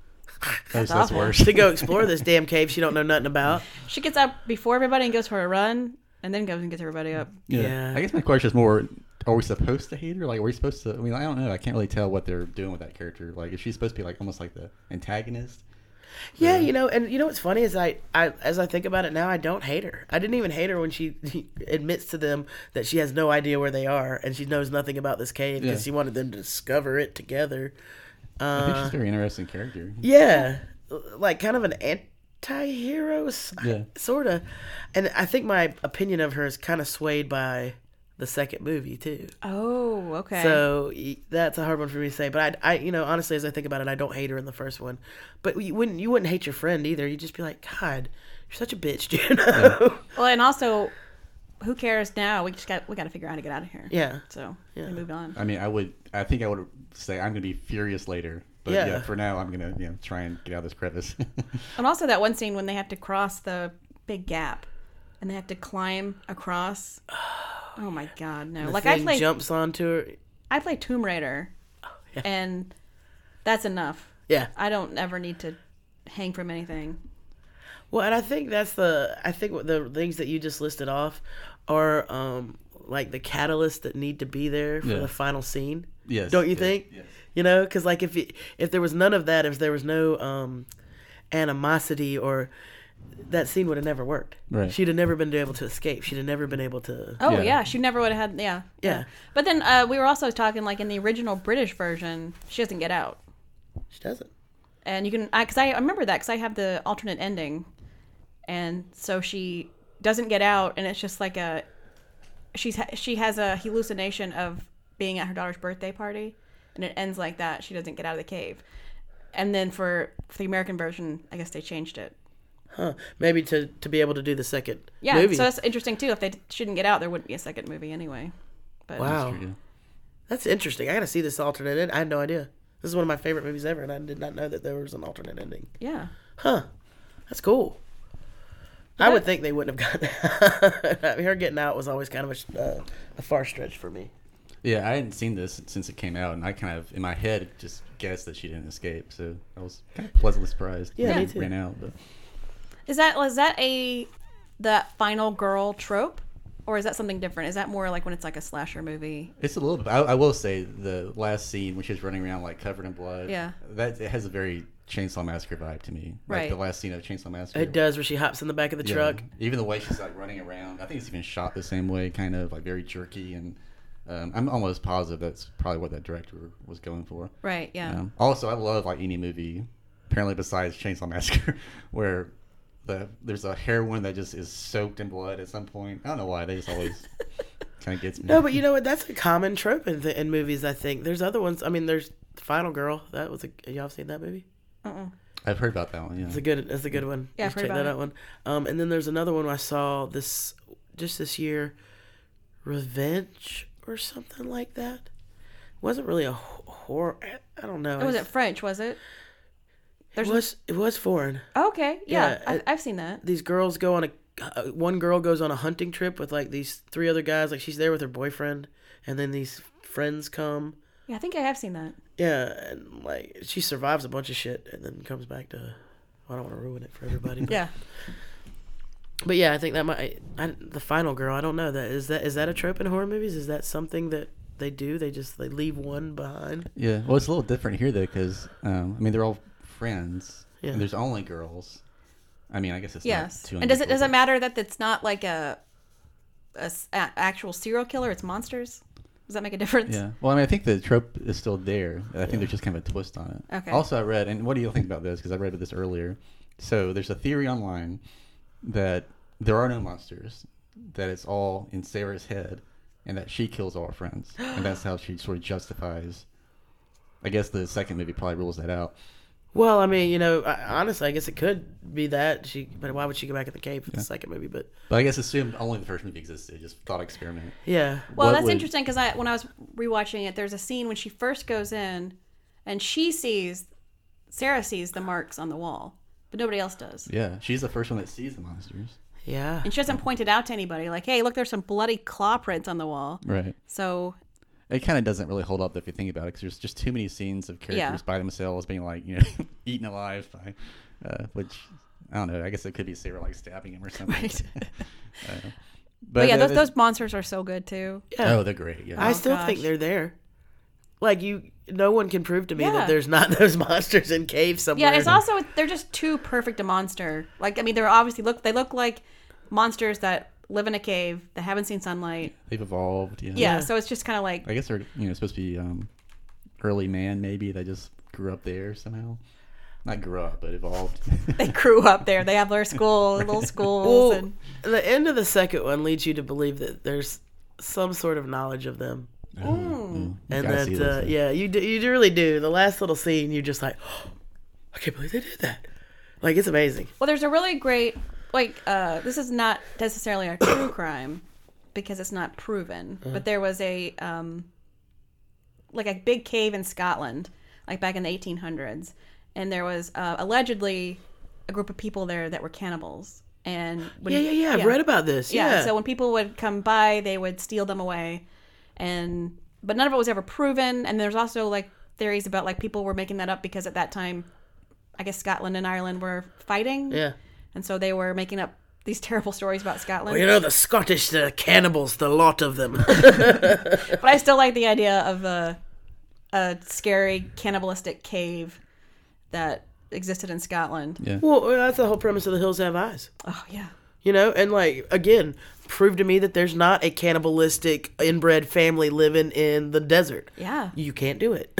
[SPEAKER 3] Oh, so that's
[SPEAKER 2] awful.
[SPEAKER 3] worse.
[SPEAKER 4] to go explore this damn cave she don't know nothing about.
[SPEAKER 2] She gets up before everybody and goes for a run, and then goes and gets everybody up.
[SPEAKER 3] Yeah.
[SPEAKER 4] Yeah.
[SPEAKER 3] I guess my question is more: Are we supposed to hate her? Like, are we supposed to? I mean, I don't know. I can't really tell what they're doing with that character. Like, is she supposed to be like almost like the antagonist?
[SPEAKER 4] Yeah, you know, and you know what's funny is I, I as I think about it now, I don't hate her. I didn't even hate her when she admits to them that she has no idea where they are and she knows nothing about this cave because
[SPEAKER 3] Yeah.
[SPEAKER 4] she wanted them to discover it together.
[SPEAKER 3] I
[SPEAKER 4] Uh,
[SPEAKER 3] think she's a very interesting character.
[SPEAKER 4] Yeah, like kind of an anti-hero,
[SPEAKER 3] Yeah.
[SPEAKER 4] sort of. And I think my opinion of her is kind of swayed by the second movie too.
[SPEAKER 2] Oh, okay.
[SPEAKER 4] So y- that's a hard one for me to say. But I, I, you know, honestly, as I think about it, I don't hate her in the first one. But you wouldn't, you wouldn't hate your friend either. You'd just be like, God, you're such a bitch, dude. You know?
[SPEAKER 2] well, and also, who cares now? We just got we got to figure out how to get out of here.
[SPEAKER 4] Yeah.
[SPEAKER 2] So we moved on.
[SPEAKER 3] I mean, I would. I think I would say I'm gonna be furious later. But
[SPEAKER 4] Yeah.
[SPEAKER 3] yeah, for now, I'm gonna you know try and get out of this crevice.
[SPEAKER 2] And also that one scene when they have to cross the big gap, and they have to climb across. Oh my God, no! Like I
[SPEAKER 4] Thing
[SPEAKER 2] play
[SPEAKER 4] jumps onto her.
[SPEAKER 2] I play Tomb Raider,
[SPEAKER 4] yeah.
[SPEAKER 2] and that's enough.
[SPEAKER 4] Yeah.
[SPEAKER 2] I don't ever need to hang from anything.
[SPEAKER 4] Well, and I think that's the I think what the things that you just listed off are um like the catalysts that need to be there for
[SPEAKER 3] Yeah.
[SPEAKER 4] the final scene.
[SPEAKER 3] Yes,
[SPEAKER 4] Don't you
[SPEAKER 3] yes,
[SPEAKER 4] think?
[SPEAKER 3] yes.
[SPEAKER 4] You know, because like if it, if there was none of that, if there was no um, animosity or that scene would have never worked.
[SPEAKER 3] Right.
[SPEAKER 4] She'd have never been able to escape. She'd have never been able to.
[SPEAKER 2] Oh
[SPEAKER 3] Yeah.
[SPEAKER 2] yeah, she never would have had yeah.
[SPEAKER 4] Yeah.
[SPEAKER 2] But then uh, we were also talking like in the original British version, she doesn't get out,
[SPEAKER 4] She doesn't.
[SPEAKER 2] and you can because I, I remember that because I have the alternate ending, and so she doesn't get out, and it's just like a she's ha- she has a hallucination of being at her daughter's birthday party, and it ends like that. She doesn't get out of the cave, and then for, for the American version, I guess they changed it.
[SPEAKER 4] Huh. Maybe to to be able to do the second
[SPEAKER 2] Yeah,
[SPEAKER 4] movie.
[SPEAKER 2] so that's interesting too. If they shouldn't get out, there wouldn't be a second movie anyway. But
[SPEAKER 4] wow,
[SPEAKER 3] Yeah.
[SPEAKER 4] that's interesting. I gotta see this alternate end. I had no idea. This is one of my favorite movies ever, and I did not know that there was an alternate ending.
[SPEAKER 2] yeah.
[SPEAKER 4] Huh. That's cool. I would think they wouldn't have gotten out. her getting out was always kind of a, sh- uh, a far stretch for me.
[SPEAKER 3] Yeah, I hadn't seen this since it came out, and I kind of in my head just guessed that she didn't escape. So I was kind of pleasantly surprised. when
[SPEAKER 4] Yeah, me
[SPEAKER 3] she
[SPEAKER 4] too.
[SPEAKER 3] Ran out, but
[SPEAKER 2] Is that was that a the final girl trope, or is that something different? Is that more like when it's like a slasher movie?
[SPEAKER 3] it's a little bit. I, I will say the last scene when she was running around like covered in blood.
[SPEAKER 2] Yeah.
[SPEAKER 3] that it has a very Chainsaw Massacre vibe to me. Like
[SPEAKER 2] Right.
[SPEAKER 3] the last scene of Chainsaw Massacre.
[SPEAKER 4] It does where she hops in the back of the
[SPEAKER 3] Yeah.
[SPEAKER 4] truck.
[SPEAKER 3] Even the way she's like running around, I think it's even shot the same way, kind of like very jerky, and um, I'm almost positive that's probably what that director was going for.
[SPEAKER 2] Right. Yeah.
[SPEAKER 3] Um, also, I love like any movie, apparently besides Chainsaw Massacre, where the there's a heroine that just is soaked in blood at some point. I don't know why they just always kind of gets me.
[SPEAKER 4] No, but you know what? That's a common trope in, th- in movies, I think. There's other ones. I mean, there's Final Girl. That was a. Y'all seen that movie?
[SPEAKER 3] Uh-uh. I've heard about that one. Yeah,
[SPEAKER 4] It's a good. That's a good one.
[SPEAKER 2] Yeah,
[SPEAKER 4] You
[SPEAKER 2] I've
[SPEAKER 4] should
[SPEAKER 2] heard
[SPEAKER 4] check that
[SPEAKER 2] about
[SPEAKER 4] out one. Um, and then there's another one I saw this just this year, Revenge or something like that. wasn't really a wh- horror. I- I don't know.
[SPEAKER 2] It wasn't French, Oh, was it?
[SPEAKER 4] It was. It was foreign.
[SPEAKER 2] Oh, okay. Yeah,
[SPEAKER 4] Yeah,
[SPEAKER 2] I,
[SPEAKER 4] it-
[SPEAKER 2] I've seen that.
[SPEAKER 4] these girls go on a uh, one girl goes on a hunting trip with like these three other guys like she's there with her boyfriend and then these friends come
[SPEAKER 2] Yeah, I think I have seen that.
[SPEAKER 4] yeah and like she survives a bunch of shit and then comes back to i don't want to ruin it for everybody but,
[SPEAKER 2] Yeah.
[SPEAKER 4] but yeah i think that might I, the final girl i don't know that is that is that a trope in horror movies is that something that they do they just they leave one behind
[SPEAKER 3] yeah. Well, it's a little different here though, because um, I mean they're all friends.
[SPEAKER 4] Yeah.
[SPEAKER 3] And there's only girls. I mean, I guess it's not
[SPEAKER 2] Yes.
[SPEAKER 3] too
[SPEAKER 2] And does it
[SPEAKER 3] unusual,
[SPEAKER 2] does it
[SPEAKER 3] but-
[SPEAKER 2] matter that it's not like a, a s- a- actual serial killer? It's monsters. Does that make a difference?
[SPEAKER 3] Yeah. Well, I mean, I think the trope is still there. I think there's just kind of a twist on it.
[SPEAKER 2] Okay.
[SPEAKER 3] Also, I read, and what do you think about this? Because I read about this earlier. So there's a theory online that there are no monsters, that it's all in Sarah's head, and that she kills all her friends, and that's how she sort of justifies. I guess the second movie probably rules that out.
[SPEAKER 4] well i mean you know I, honestly i guess it could be that she but why would she go back in the cave for the second movie but
[SPEAKER 3] But I guess assumed only the first movie existed, just thought experiment.
[SPEAKER 4] yeah
[SPEAKER 2] Well,
[SPEAKER 3] What
[SPEAKER 2] that's
[SPEAKER 3] would-
[SPEAKER 2] interesting because I when I was rewatching it, there's a scene when she first goes in, and she sees, Sarah sees the marks on the wall, but nobody else does.
[SPEAKER 3] Yeah, she's the first one that sees the monsters.
[SPEAKER 4] yeah
[SPEAKER 2] And she doesn't point it out to anybody. Like, hey, look, there's some bloody claw prints on the wall.
[SPEAKER 3] Right.
[SPEAKER 2] So,
[SPEAKER 3] it kind of doesn't really hold up if you think about it because there's just too many scenes of characters
[SPEAKER 2] Yeah.
[SPEAKER 3] by themselves being like you know eaten alive by uh, which i don't know i guess it could be Sarah like stabbing him or something
[SPEAKER 2] Right.
[SPEAKER 3] Uh, but,
[SPEAKER 2] but yeah,
[SPEAKER 3] the-
[SPEAKER 2] those,
[SPEAKER 3] the-
[SPEAKER 2] those monsters are so good too.
[SPEAKER 4] Yeah.
[SPEAKER 3] oh they're great yeah
[SPEAKER 4] I still think
[SPEAKER 2] gosh.
[SPEAKER 4] they're there. Like you, no one can prove to me
[SPEAKER 2] Yeah.
[SPEAKER 4] that there's not those monsters in caves somewhere.
[SPEAKER 2] Yeah, it's also they're just too perfect a monster. Like, I mean, they're obviously look they look like monsters that live in a cave that haven't seen sunlight.
[SPEAKER 3] they've evolved yeah.
[SPEAKER 2] Yeah, so it's just kind of like
[SPEAKER 3] i guess they're you know supposed to be um early man maybe they just grew up there somehow not grew up but evolved
[SPEAKER 2] they grew up there. They have their school, little schools,
[SPEAKER 4] Well,
[SPEAKER 2] and
[SPEAKER 4] the end of the second one leads you to believe that there's some sort of knowledge of them,
[SPEAKER 2] hmm.
[SPEAKER 4] and
[SPEAKER 3] gotta see those
[SPEAKER 4] that uh,
[SPEAKER 3] things.
[SPEAKER 4] yeah, you do, you do really do. The last little scene, you're just like, I can't believe they did that. Like it's amazing.
[SPEAKER 2] Well, there's a really great like uh, this is not necessarily a true crime because it's not proven,
[SPEAKER 4] Uh-huh.
[SPEAKER 2] but there was a um, like a big cave in Scotland, like back in the 1800s, and there was uh, allegedly a group of people there that were cannibals. And when
[SPEAKER 4] Yeah, yeah, yeah. I've read about this.
[SPEAKER 2] yeah.
[SPEAKER 4] Yeah.
[SPEAKER 2] So when people would come by, they would steal them away, and but none of it was ever proven. And there's also like theories about like people were making that up because at that time, I guess Scotland and Ireland were fighting,
[SPEAKER 4] yeah.
[SPEAKER 2] and so they were making up these terrible stories about Scotland.
[SPEAKER 4] Well, you know, the Scottish, the cannibals, the lot of them.
[SPEAKER 2] But I still like the idea of a a scary cannibalistic cave that existed in Scotland.
[SPEAKER 3] Yeah.
[SPEAKER 4] well, that's the whole premise of The Hills Have Eyes.
[SPEAKER 2] Oh yeah.
[SPEAKER 4] You know, and like again, prove to me that there's not a cannibalistic inbred family living in the desert.
[SPEAKER 2] Yeah.
[SPEAKER 4] You can't do it.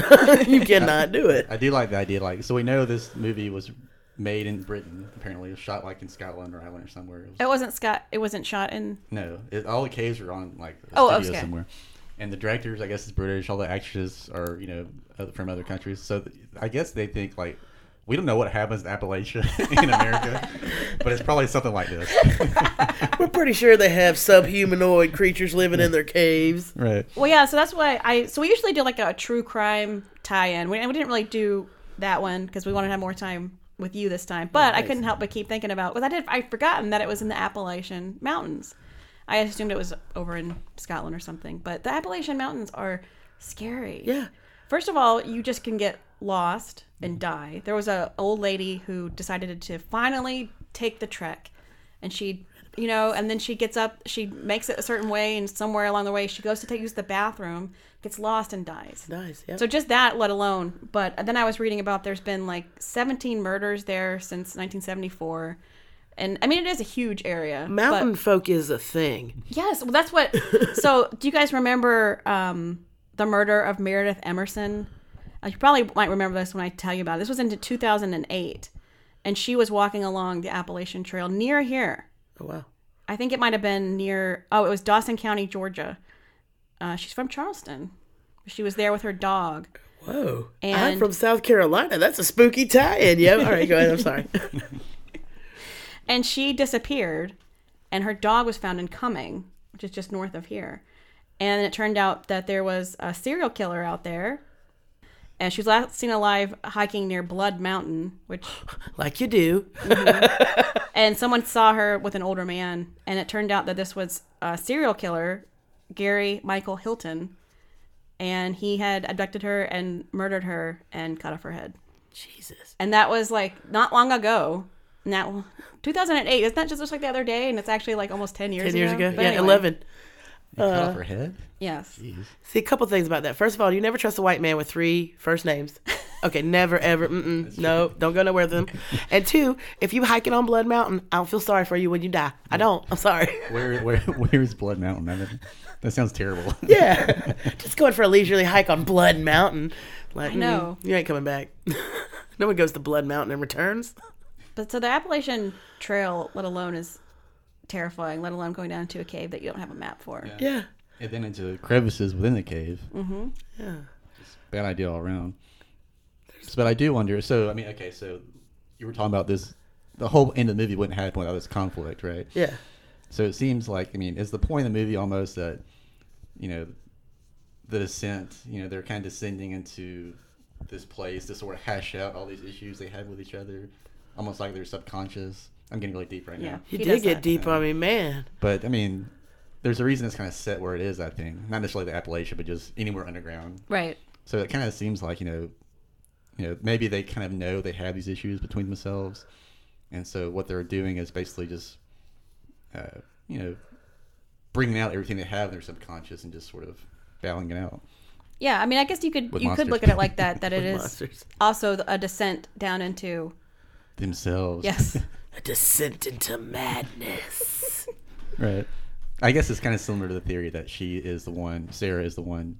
[SPEAKER 4] you cannot do it.
[SPEAKER 3] I do like the idea. Like, so we know this movie was made in Britain. Apparently, it was shot like in Scotland or Ireland or somewhere. It was-
[SPEAKER 2] It wasn't Scott it wasn't shot in
[SPEAKER 3] no, it, all the caves were on like a
[SPEAKER 2] Oh,
[SPEAKER 3] studio
[SPEAKER 2] okay.
[SPEAKER 3] somewhere. And the directors, I guess, is British. All the actors are, you know, other, from other countries. So th- I guess they think like we don't know what happens to Appalachia in America, but it's probably something like this,
[SPEAKER 4] We're pretty sure they have subhumanoid creatures living in their caves.
[SPEAKER 3] right?
[SPEAKER 2] Well, yeah, so that's why I. So we usually do like a true crime tie-in, we, and we didn't really do that one because we wanted to have more time with you this time. But I couldn't help but keep thinking about because I did. I'd forgotten that it was in the Appalachian Mountains. I assumed it was over in Scotland or something, but the Appalachian Mountains are scary.
[SPEAKER 4] Yeah.
[SPEAKER 2] First of all, you just can get lost and die. There was a old lady who decided to finally take the trek, and she, you know, and then she gets up, she makes it a certain way, and somewhere along the way she goes to take use the bathroom, gets lost and dies.
[SPEAKER 4] Nice. Yeah.
[SPEAKER 2] So just that, let alone. But then I was reading about there's been like 17 murders there since 1974. And I mean, it is a huge area. but-
[SPEAKER 4] Mountain folk is a thing.
[SPEAKER 2] Yes, well, that's what. so, do you guys remember um, the murder of Meredith Emerson? Uh, you probably might remember this when I tell you about it. This was into 2008, and she was walking along the Appalachian Trail near here.
[SPEAKER 4] Oh wow.
[SPEAKER 2] I think it might have been near. Oh, it was Dawson County, Georgia. Uh, she's from Charleston. She was there with her dog.
[SPEAKER 4] Whoa. I'm
[SPEAKER 2] And-
[SPEAKER 4] from South Carolina. That's a spooky tie-in. Yeah. All right. Go ahead. I'm sorry.
[SPEAKER 2] and she disappeared and her dog was found in cumming which is just north of here and it turned out that there was a serial killer out there and she was last seen alive hiking near blood mountain which
[SPEAKER 4] like you do.
[SPEAKER 2] and someone saw her with an older man and it turned out that this was a serial killer gary michael hilton and he had abducted her and murdered her and cut off her head
[SPEAKER 4] Jesus.
[SPEAKER 2] and that was like not long ago. Now, 2008 isn't that just, just like the other day? And it's actually like almost 10 years.
[SPEAKER 4] Ten years ago.
[SPEAKER 2] But
[SPEAKER 4] Yeah.
[SPEAKER 2] anyway.
[SPEAKER 4] Eleven.
[SPEAKER 3] You cut off her head.
[SPEAKER 2] Yes.
[SPEAKER 4] See, a couple things about that. First of all, you never trust a white man with three first names. Okay, never, ever. Mm-mm, no, don't go nowhere with them. And two, if you hiking on Blood Mountain, I don't feel sorry for you when you die. I don't. I'm sorry.
[SPEAKER 3] Where, where, where is Blood Mountain? That, that sounds terrible.
[SPEAKER 4] Yeah, just going for a leisurely hike on Blood Mountain. Like,
[SPEAKER 2] know.
[SPEAKER 4] mm, you ain't coming back. no one goes to Blood Mountain and returns.
[SPEAKER 2] But so the Appalachian Trail, let alone, is terrifying. Let alone going down into a cave that you don't have a map for.
[SPEAKER 4] Yeah,
[SPEAKER 3] and then into crevices within the cave.
[SPEAKER 2] Mm.
[SPEAKER 4] yeah.
[SPEAKER 3] bad idea all around. So, but I do wonder. So I mean, okay, so you were talking about this. The whole end of the movie wouldn't happen without this conflict, right?
[SPEAKER 4] Yeah.
[SPEAKER 3] So it seems like I mean, is the point of the movie almost that you know the descent? You know, they're kind of descending into this place to sort of hash out all these issues they have with each other, almost like they're subconscious. I'm getting really deep right
[SPEAKER 2] Yeah.
[SPEAKER 3] now,
[SPEAKER 2] He
[SPEAKER 4] You did
[SPEAKER 2] does
[SPEAKER 4] get
[SPEAKER 2] that.
[SPEAKER 4] deep on me, man.
[SPEAKER 3] but I mean. There's a reason it's kind of set where it is, I think. Not necessarily the Appalachia, but just anywhere underground.
[SPEAKER 2] Right.
[SPEAKER 3] So it kind of seems like you know, you know, maybe they kind of know they have these issues between themselves, and so what they're doing is basically just, uh, you know, bringing out everything they have in their subconscious and just sort of bowing it out.
[SPEAKER 2] Yeah. I mean, I guess you could
[SPEAKER 3] With
[SPEAKER 2] you
[SPEAKER 3] monsters.
[SPEAKER 2] could look at it like that. That it is
[SPEAKER 4] monsters.
[SPEAKER 2] also a descent down into
[SPEAKER 3] Themselves.
[SPEAKER 2] yes.
[SPEAKER 4] A descent into madness.
[SPEAKER 3] Right. I guess it's kind of similar to the theory that she is the one, Sarah is the one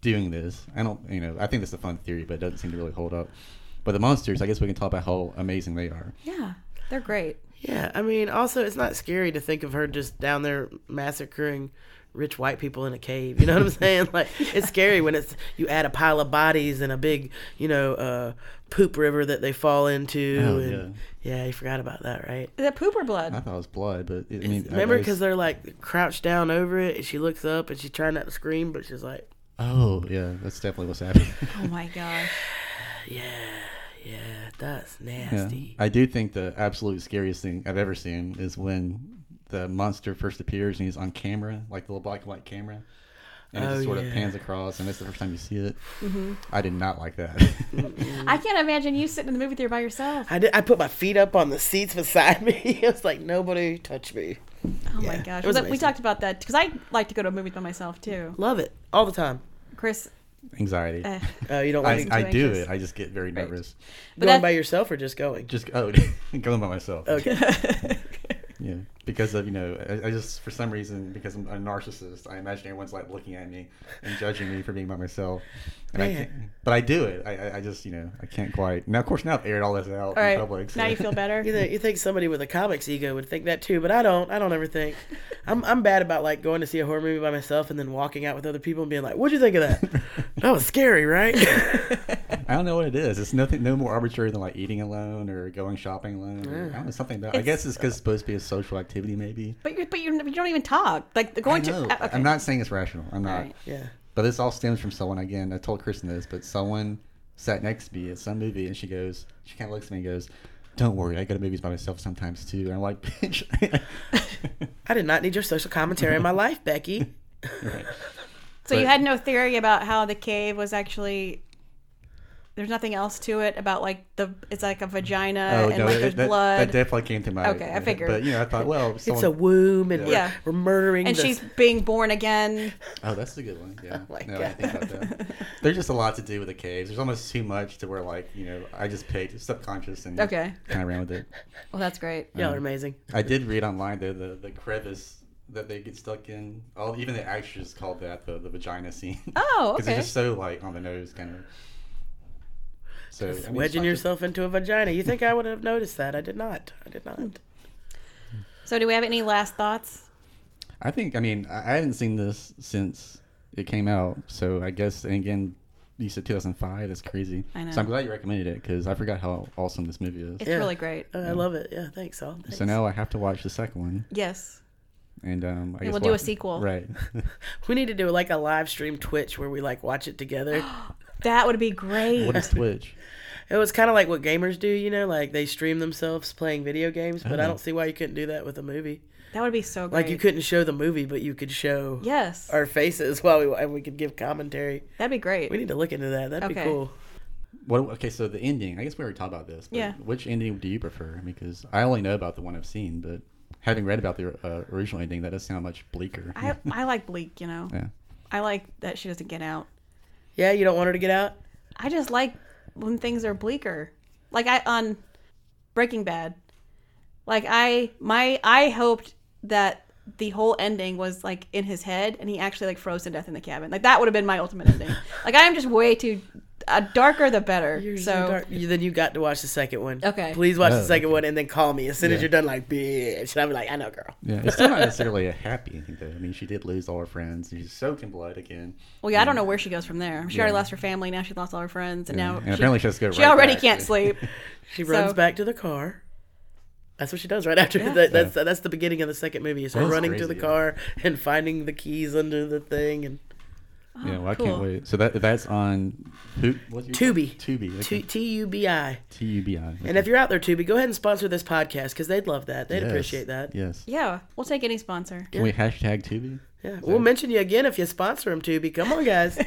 [SPEAKER 3] doing this. I don't, you know, I think that's a fun theory, but it doesn't seem to really hold up. But the monsters, I guess we can talk about how amazing they are.
[SPEAKER 2] yeah. They're great.
[SPEAKER 4] Yeah, I mean, also it's not scary to think of her just down there massacring rich white people in a cave. You know what I'm saying? Like it's scary when it's you add a pile of bodies and a big, you know, uh, poop river that they fall into.
[SPEAKER 3] Oh,
[SPEAKER 4] and, yeah. you forgot about that, right?
[SPEAKER 2] The pooper blood.
[SPEAKER 3] I thought it was blood, but it, I mean, I
[SPEAKER 4] Remember,
[SPEAKER 3] always-
[SPEAKER 4] because they're like crouched down over it, and she looks up and she's trying not to scream, but she's like,
[SPEAKER 3] Oh yeah, that's definitely what's happening.
[SPEAKER 2] Oh my gosh.
[SPEAKER 4] "Yeah, that's
[SPEAKER 3] Yeah.
[SPEAKER 4] nasty."
[SPEAKER 3] I do think the absolute scariest thing I've ever seen is when the monster first appears and he's on camera, like the little black and white camera. and it
[SPEAKER 4] Oh,
[SPEAKER 3] just sort
[SPEAKER 4] yeah.
[SPEAKER 3] of pans across, and it's the first time you see it.
[SPEAKER 2] Mm-hmm.
[SPEAKER 3] I did not like that.
[SPEAKER 2] I can't imagine you sitting in the movie theater by yourself.
[SPEAKER 4] I did. I put my feet up on the seats beside me. it was like nobody touch me.
[SPEAKER 2] Oh my
[SPEAKER 4] Yeah,
[SPEAKER 2] gosh,
[SPEAKER 4] it was
[SPEAKER 2] Well, we
[SPEAKER 4] amazing.
[SPEAKER 2] talked about that because I like to go to movies by myself too.
[SPEAKER 4] Love it all the time.
[SPEAKER 2] Chris,
[SPEAKER 3] Anxiety.
[SPEAKER 2] eh.
[SPEAKER 4] Oh, you don't like
[SPEAKER 3] I,
[SPEAKER 4] it
[SPEAKER 2] too
[SPEAKER 3] I do
[SPEAKER 2] anxious.
[SPEAKER 3] it. I just get very
[SPEAKER 2] Right.
[SPEAKER 3] nervous.
[SPEAKER 2] but
[SPEAKER 4] going
[SPEAKER 2] that-
[SPEAKER 4] by yourself or just going?
[SPEAKER 3] Just oh, going by myself.
[SPEAKER 4] Okay.
[SPEAKER 3] Yeah, because of you know, I, I just for some reason because I'm a narcissist, I imagine everyone's like looking at me and judging me for being by myself. And I
[SPEAKER 4] Man.
[SPEAKER 3] can't, but I do it. I, I- I just you know I can't quite. Now of course now I've aired all this out
[SPEAKER 2] all right,
[SPEAKER 3] in public. so-
[SPEAKER 2] now you feel better.
[SPEAKER 4] You think, you think somebody with a comics ego would think that too, but I don't. I don't ever think. I'm, I'm bad about like going to see a horror movie by myself and then walking out with other people and being like, "What'd you think of that? that was scary, right?"
[SPEAKER 3] I don't know what it is. It's nothing, no more arbitrary than like eating alone or going shopping alone. or- I don't know something about. I
[SPEAKER 2] It's-
[SPEAKER 3] guess it's because it's supposed to be a social activity, maybe.
[SPEAKER 2] But you're, but you're, you don't even talk. Like going
[SPEAKER 3] I know.
[SPEAKER 2] to. uh, okay.
[SPEAKER 3] I'm not saying it's rational. I'm not.
[SPEAKER 2] right.
[SPEAKER 4] yeah.
[SPEAKER 3] But this all stems from someone again. I told Kristen this, but someone sat next to me at some movie, and she goes, she kind of looks at me and goes, "Don't worry, I go to movies by myself sometimes too." And I'm like, "Bitch."
[SPEAKER 2] Uh,
[SPEAKER 4] I did not need your social commentary in my life, Becky.
[SPEAKER 3] Right.
[SPEAKER 2] So you
[SPEAKER 3] But-
[SPEAKER 2] had no theory about how the cave was actually. There's nothing else to it about like the it's like a vagina and like
[SPEAKER 3] it-
[SPEAKER 2] there's
[SPEAKER 3] Oh, that,
[SPEAKER 2] blood.
[SPEAKER 3] that definitely came to my.
[SPEAKER 2] Okay, I figured.
[SPEAKER 3] But you know, I thought, well,
[SPEAKER 4] It's
[SPEAKER 3] someone,
[SPEAKER 4] a womb, and
[SPEAKER 2] Yeah.
[SPEAKER 4] We're, we're murdering.
[SPEAKER 2] and
[SPEAKER 4] the-
[SPEAKER 2] she's being born again.
[SPEAKER 3] oh, that's a good one. Yeah,
[SPEAKER 4] my
[SPEAKER 3] no, I didn't think about that. There's just a lot to do with the caves. There's almost too much to where, like, you know, I just paid subconscious and
[SPEAKER 2] Okay.
[SPEAKER 3] kind of ran with it.
[SPEAKER 2] Well, that's great.
[SPEAKER 4] y'all are amazing.
[SPEAKER 3] I did read online though the the crevice that they get stuck in. All even the actors called that the, the vagina scene.
[SPEAKER 2] Oh,
[SPEAKER 3] it's
[SPEAKER 2] okay.
[SPEAKER 3] just so like on the nose, kind of. So I mean,
[SPEAKER 4] Wedging
[SPEAKER 3] it's not
[SPEAKER 4] yourself into a vagina. You think I would have noticed that? I did not. I did not.
[SPEAKER 2] So do we have any last thoughts?
[SPEAKER 3] just- I think I mean I I haven't seen this since it came out, so I guess and again. You said 2005. That's crazy.
[SPEAKER 2] I know.
[SPEAKER 3] So I'm glad you recommended it because I forgot how awesome this movie is.
[SPEAKER 2] It's
[SPEAKER 4] Yeah.
[SPEAKER 2] really great.
[SPEAKER 4] Uh, I love it. Yeah, thanks all. Thanks.
[SPEAKER 3] so now I have to watch the second one,
[SPEAKER 2] Yes.
[SPEAKER 3] and um, I guess
[SPEAKER 2] we'll do a
[SPEAKER 3] watch-
[SPEAKER 2] sequel.
[SPEAKER 3] Right.
[SPEAKER 4] we need to do like a live stream Twitch where we like watch it together.
[SPEAKER 2] That would be great.
[SPEAKER 3] what is Twitch?
[SPEAKER 4] It was kind of like what gamers do, you know, like they stream themselves playing video games, but
[SPEAKER 3] Uh-huh.
[SPEAKER 4] I don't see why you couldn't do that with a movie.
[SPEAKER 2] That would be so great.
[SPEAKER 4] Like you couldn't show the movie, but you could show
[SPEAKER 2] Yes.
[SPEAKER 4] our faces while we and we could give commentary.
[SPEAKER 2] That'd be great.
[SPEAKER 4] We need to look into that. That'd
[SPEAKER 2] Okay.
[SPEAKER 4] be cool.
[SPEAKER 3] What? Okay, so the ending. I guess we already talked about this. But
[SPEAKER 2] Yeah.
[SPEAKER 3] Which ending do you prefer? I mean, because I only know about the one I've seen, but having read about the uh, original ending, that does sound much bleaker.
[SPEAKER 2] I I like Bleak, you know.
[SPEAKER 3] yeah.
[SPEAKER 2] I like that she doesn't get out.
[SPEAKER 4] Yeah, you don't want her to get out.
[SPEAKER 2] I just like when things are bleaker. Like I on Breaking Bad. Like I my I hoped that the whole ending was like in his head and he actually like froze to death in the cabin. Like that would have been my ultimate ending. like I am just way too uh, darker the better.
[SPEAKER 4] You're so
[SPEAKER 2] so
[SPEAKER 4] dark. You- then you got to watch the second one.
[SPEAKER 2] Okay.
[SPEAKER 4] Please watch
[SPEAKER 3] Oh,
[SPEAKER 4] the second one and then call me as soon as
[SPEAKER 3] Yeah.
[SPEAKER 4] you're done. Like, bitch, and I'm like, I know, girl.
[SPEAKER 3] Yeah. It's still not necessarily a happy ending, though. I mean, she did lose all her friends. and She's soaked in blood again.
[SPEAKER 2] well, yeah, I don't know where she goes from there. She already
[SPEAKER 3] Yeah.
[SPEAKER 2] lost her family. Now she lost all her friends, and now
[SPEAKER 3] and apparently she has to go
[SPEAKER 2] she
[SPEAKER 3] right
[SPEAKER 2] already
[SPEAKER 3] back
[SPEAKER 2] can't
[SPEAKER 3] to-
[SPEAKER 2] sleep.
[SPEAKER 4] She runs
[SPEAKER 2] So-
[SPEAKER 4] back to the car. That's what she does right after that. That's that's the beginning of the second movie. So
[SPEAKER 3] That's
[SPEAKER 4] running to the
[SPEAKER 3] crazy, yeah.
[SPEAKER 4] car and finding the keys under the thing and
[SPEAKER 3] yeah. Well, I
[SPEAKER 2] Ah, cool.
[SPEAKER 3] can't wait. So that that's on who? What's your-
[SPEAKER 4] Tubi.
[SPEAKER 3] Tubi.
[SPEAKER 4] T
[SPEAKER 3] Okay.
[SPEAKER 4] U B I.
[SPEAKER 3] T U B I.
[SPEAKER 4] And if you're out there, Tubi, go ahead and sponsor this podcast because they'd love that. They'd appreciate that. Yeah.
[SPEAKER 3] Yes.
[SPEAKER 2] yeah, we'll take any sponsor.
[SPEAKER 3] Can we hashtag Tubi?
[SPEAKER 4] We'll mention you again if you sponsor them, Tubi. Come on, guys.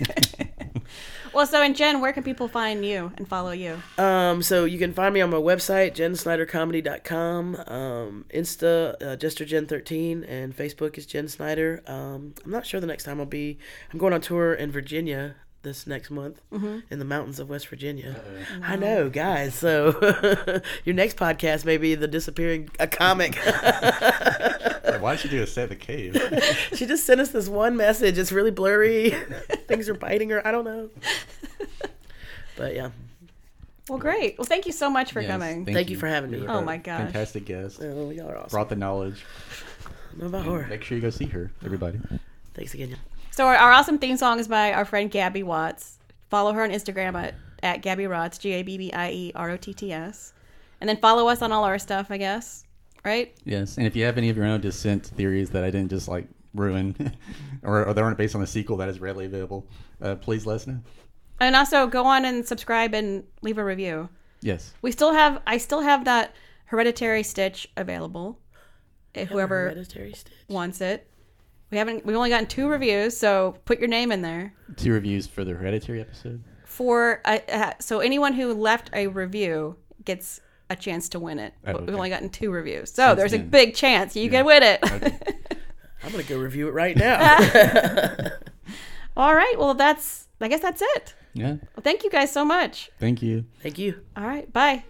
[SPEAKER 2] Well, so and Jen, where can people find you and follow you?
[SPEAKER 4] um, so you can find me on my website, jensnydercomedy.com, um, Insta, uh, JesterJen13, and Facebook is Jen Snyder. Um, I'm not sure the next time I'll be. I'm going on tour in Virginia this next month in the mountains of West Virginia. I know, guys. So your next podcast may be the disappearing a comic.
[SPEAKER 3] Why did she do a set of the cave?
[SPEAKER 4] She just sent us this one message. It's really blurry. Things are biting her. I don't know. But yeah,
[SPEAKER 2] Well, great. Well, thank you so much for
[SPEAKER 3] Yes,
[SPEAKER 2] coming.
[SPEAKER 4] Thank you for having me.
[SPEAKER 3] You
[SPEAKER 2] Oh
[SPEAKER 3] are
[SPEAKER 2] my
[SPEAKER 3] a
[SPEAKER 2] gosh.
[SPEAKER 3] Fantastic guest.
[SPEAKER 4] oh, y'all are awesome.
[SPEAKER 3] Brought the knowledge.
[SPEAKER 4] Know about horror.
[SPEAKER 3] Make sure you go see her, everybody.
[SPEAKER 4] Thanks again. y'all.
[SPEAKER 2] So our, our awesome theme song is by our friend Gabby Watts. Follow her on Instagram at, at Gabby Rotts, G A B B I E R O T T S. And then follow us on all our stuff, I guess. Right?
[SPEAKER 3] Yes, and if you have any of your own dissent theories that I didn't just like ruin, or, or that aren't based on a sequel that is readily available, uh, please let us know.
[SPEAKER 2] And also go on and subscribe and leave a review.
[SPEAKER 3] Yes,
[SPEAKER 2] We still have I still have that hereditary stitch available. If eh, whoever
[SPEAKER 4] Hereditary Stitch.
[SPEAKER 2] wants it. We haven't. We've only gotten two reviews, so put your name in there
[SPEAKER 3] Two reviews for the Hereditary episode.
[SPEAKER 2] for. Uh, uh, so anyone who left a review gets a chance to win it.
[SPEAKER 3] Oh,
[SPEAKER 2] But
[SPEAKER 3] okay.
[SPEAKER 2] We've only gotten two reviews, so there's a
[SPEAKER 3] in.
[SPEAKER 2] big chance you can win it.
[SPEAKER 4] I'm gonna go review it right now.
[SPEAKER 2] All right. Well, that's. I guess that's it.
[SPEAKER 3] Yeah.
[SPEAKER 2] Well, thank you guys so much.
[SPEAKER 3] Thank you.
[SPEAKER 4] Thank you.
[SPEAKER 2] All right. Bye.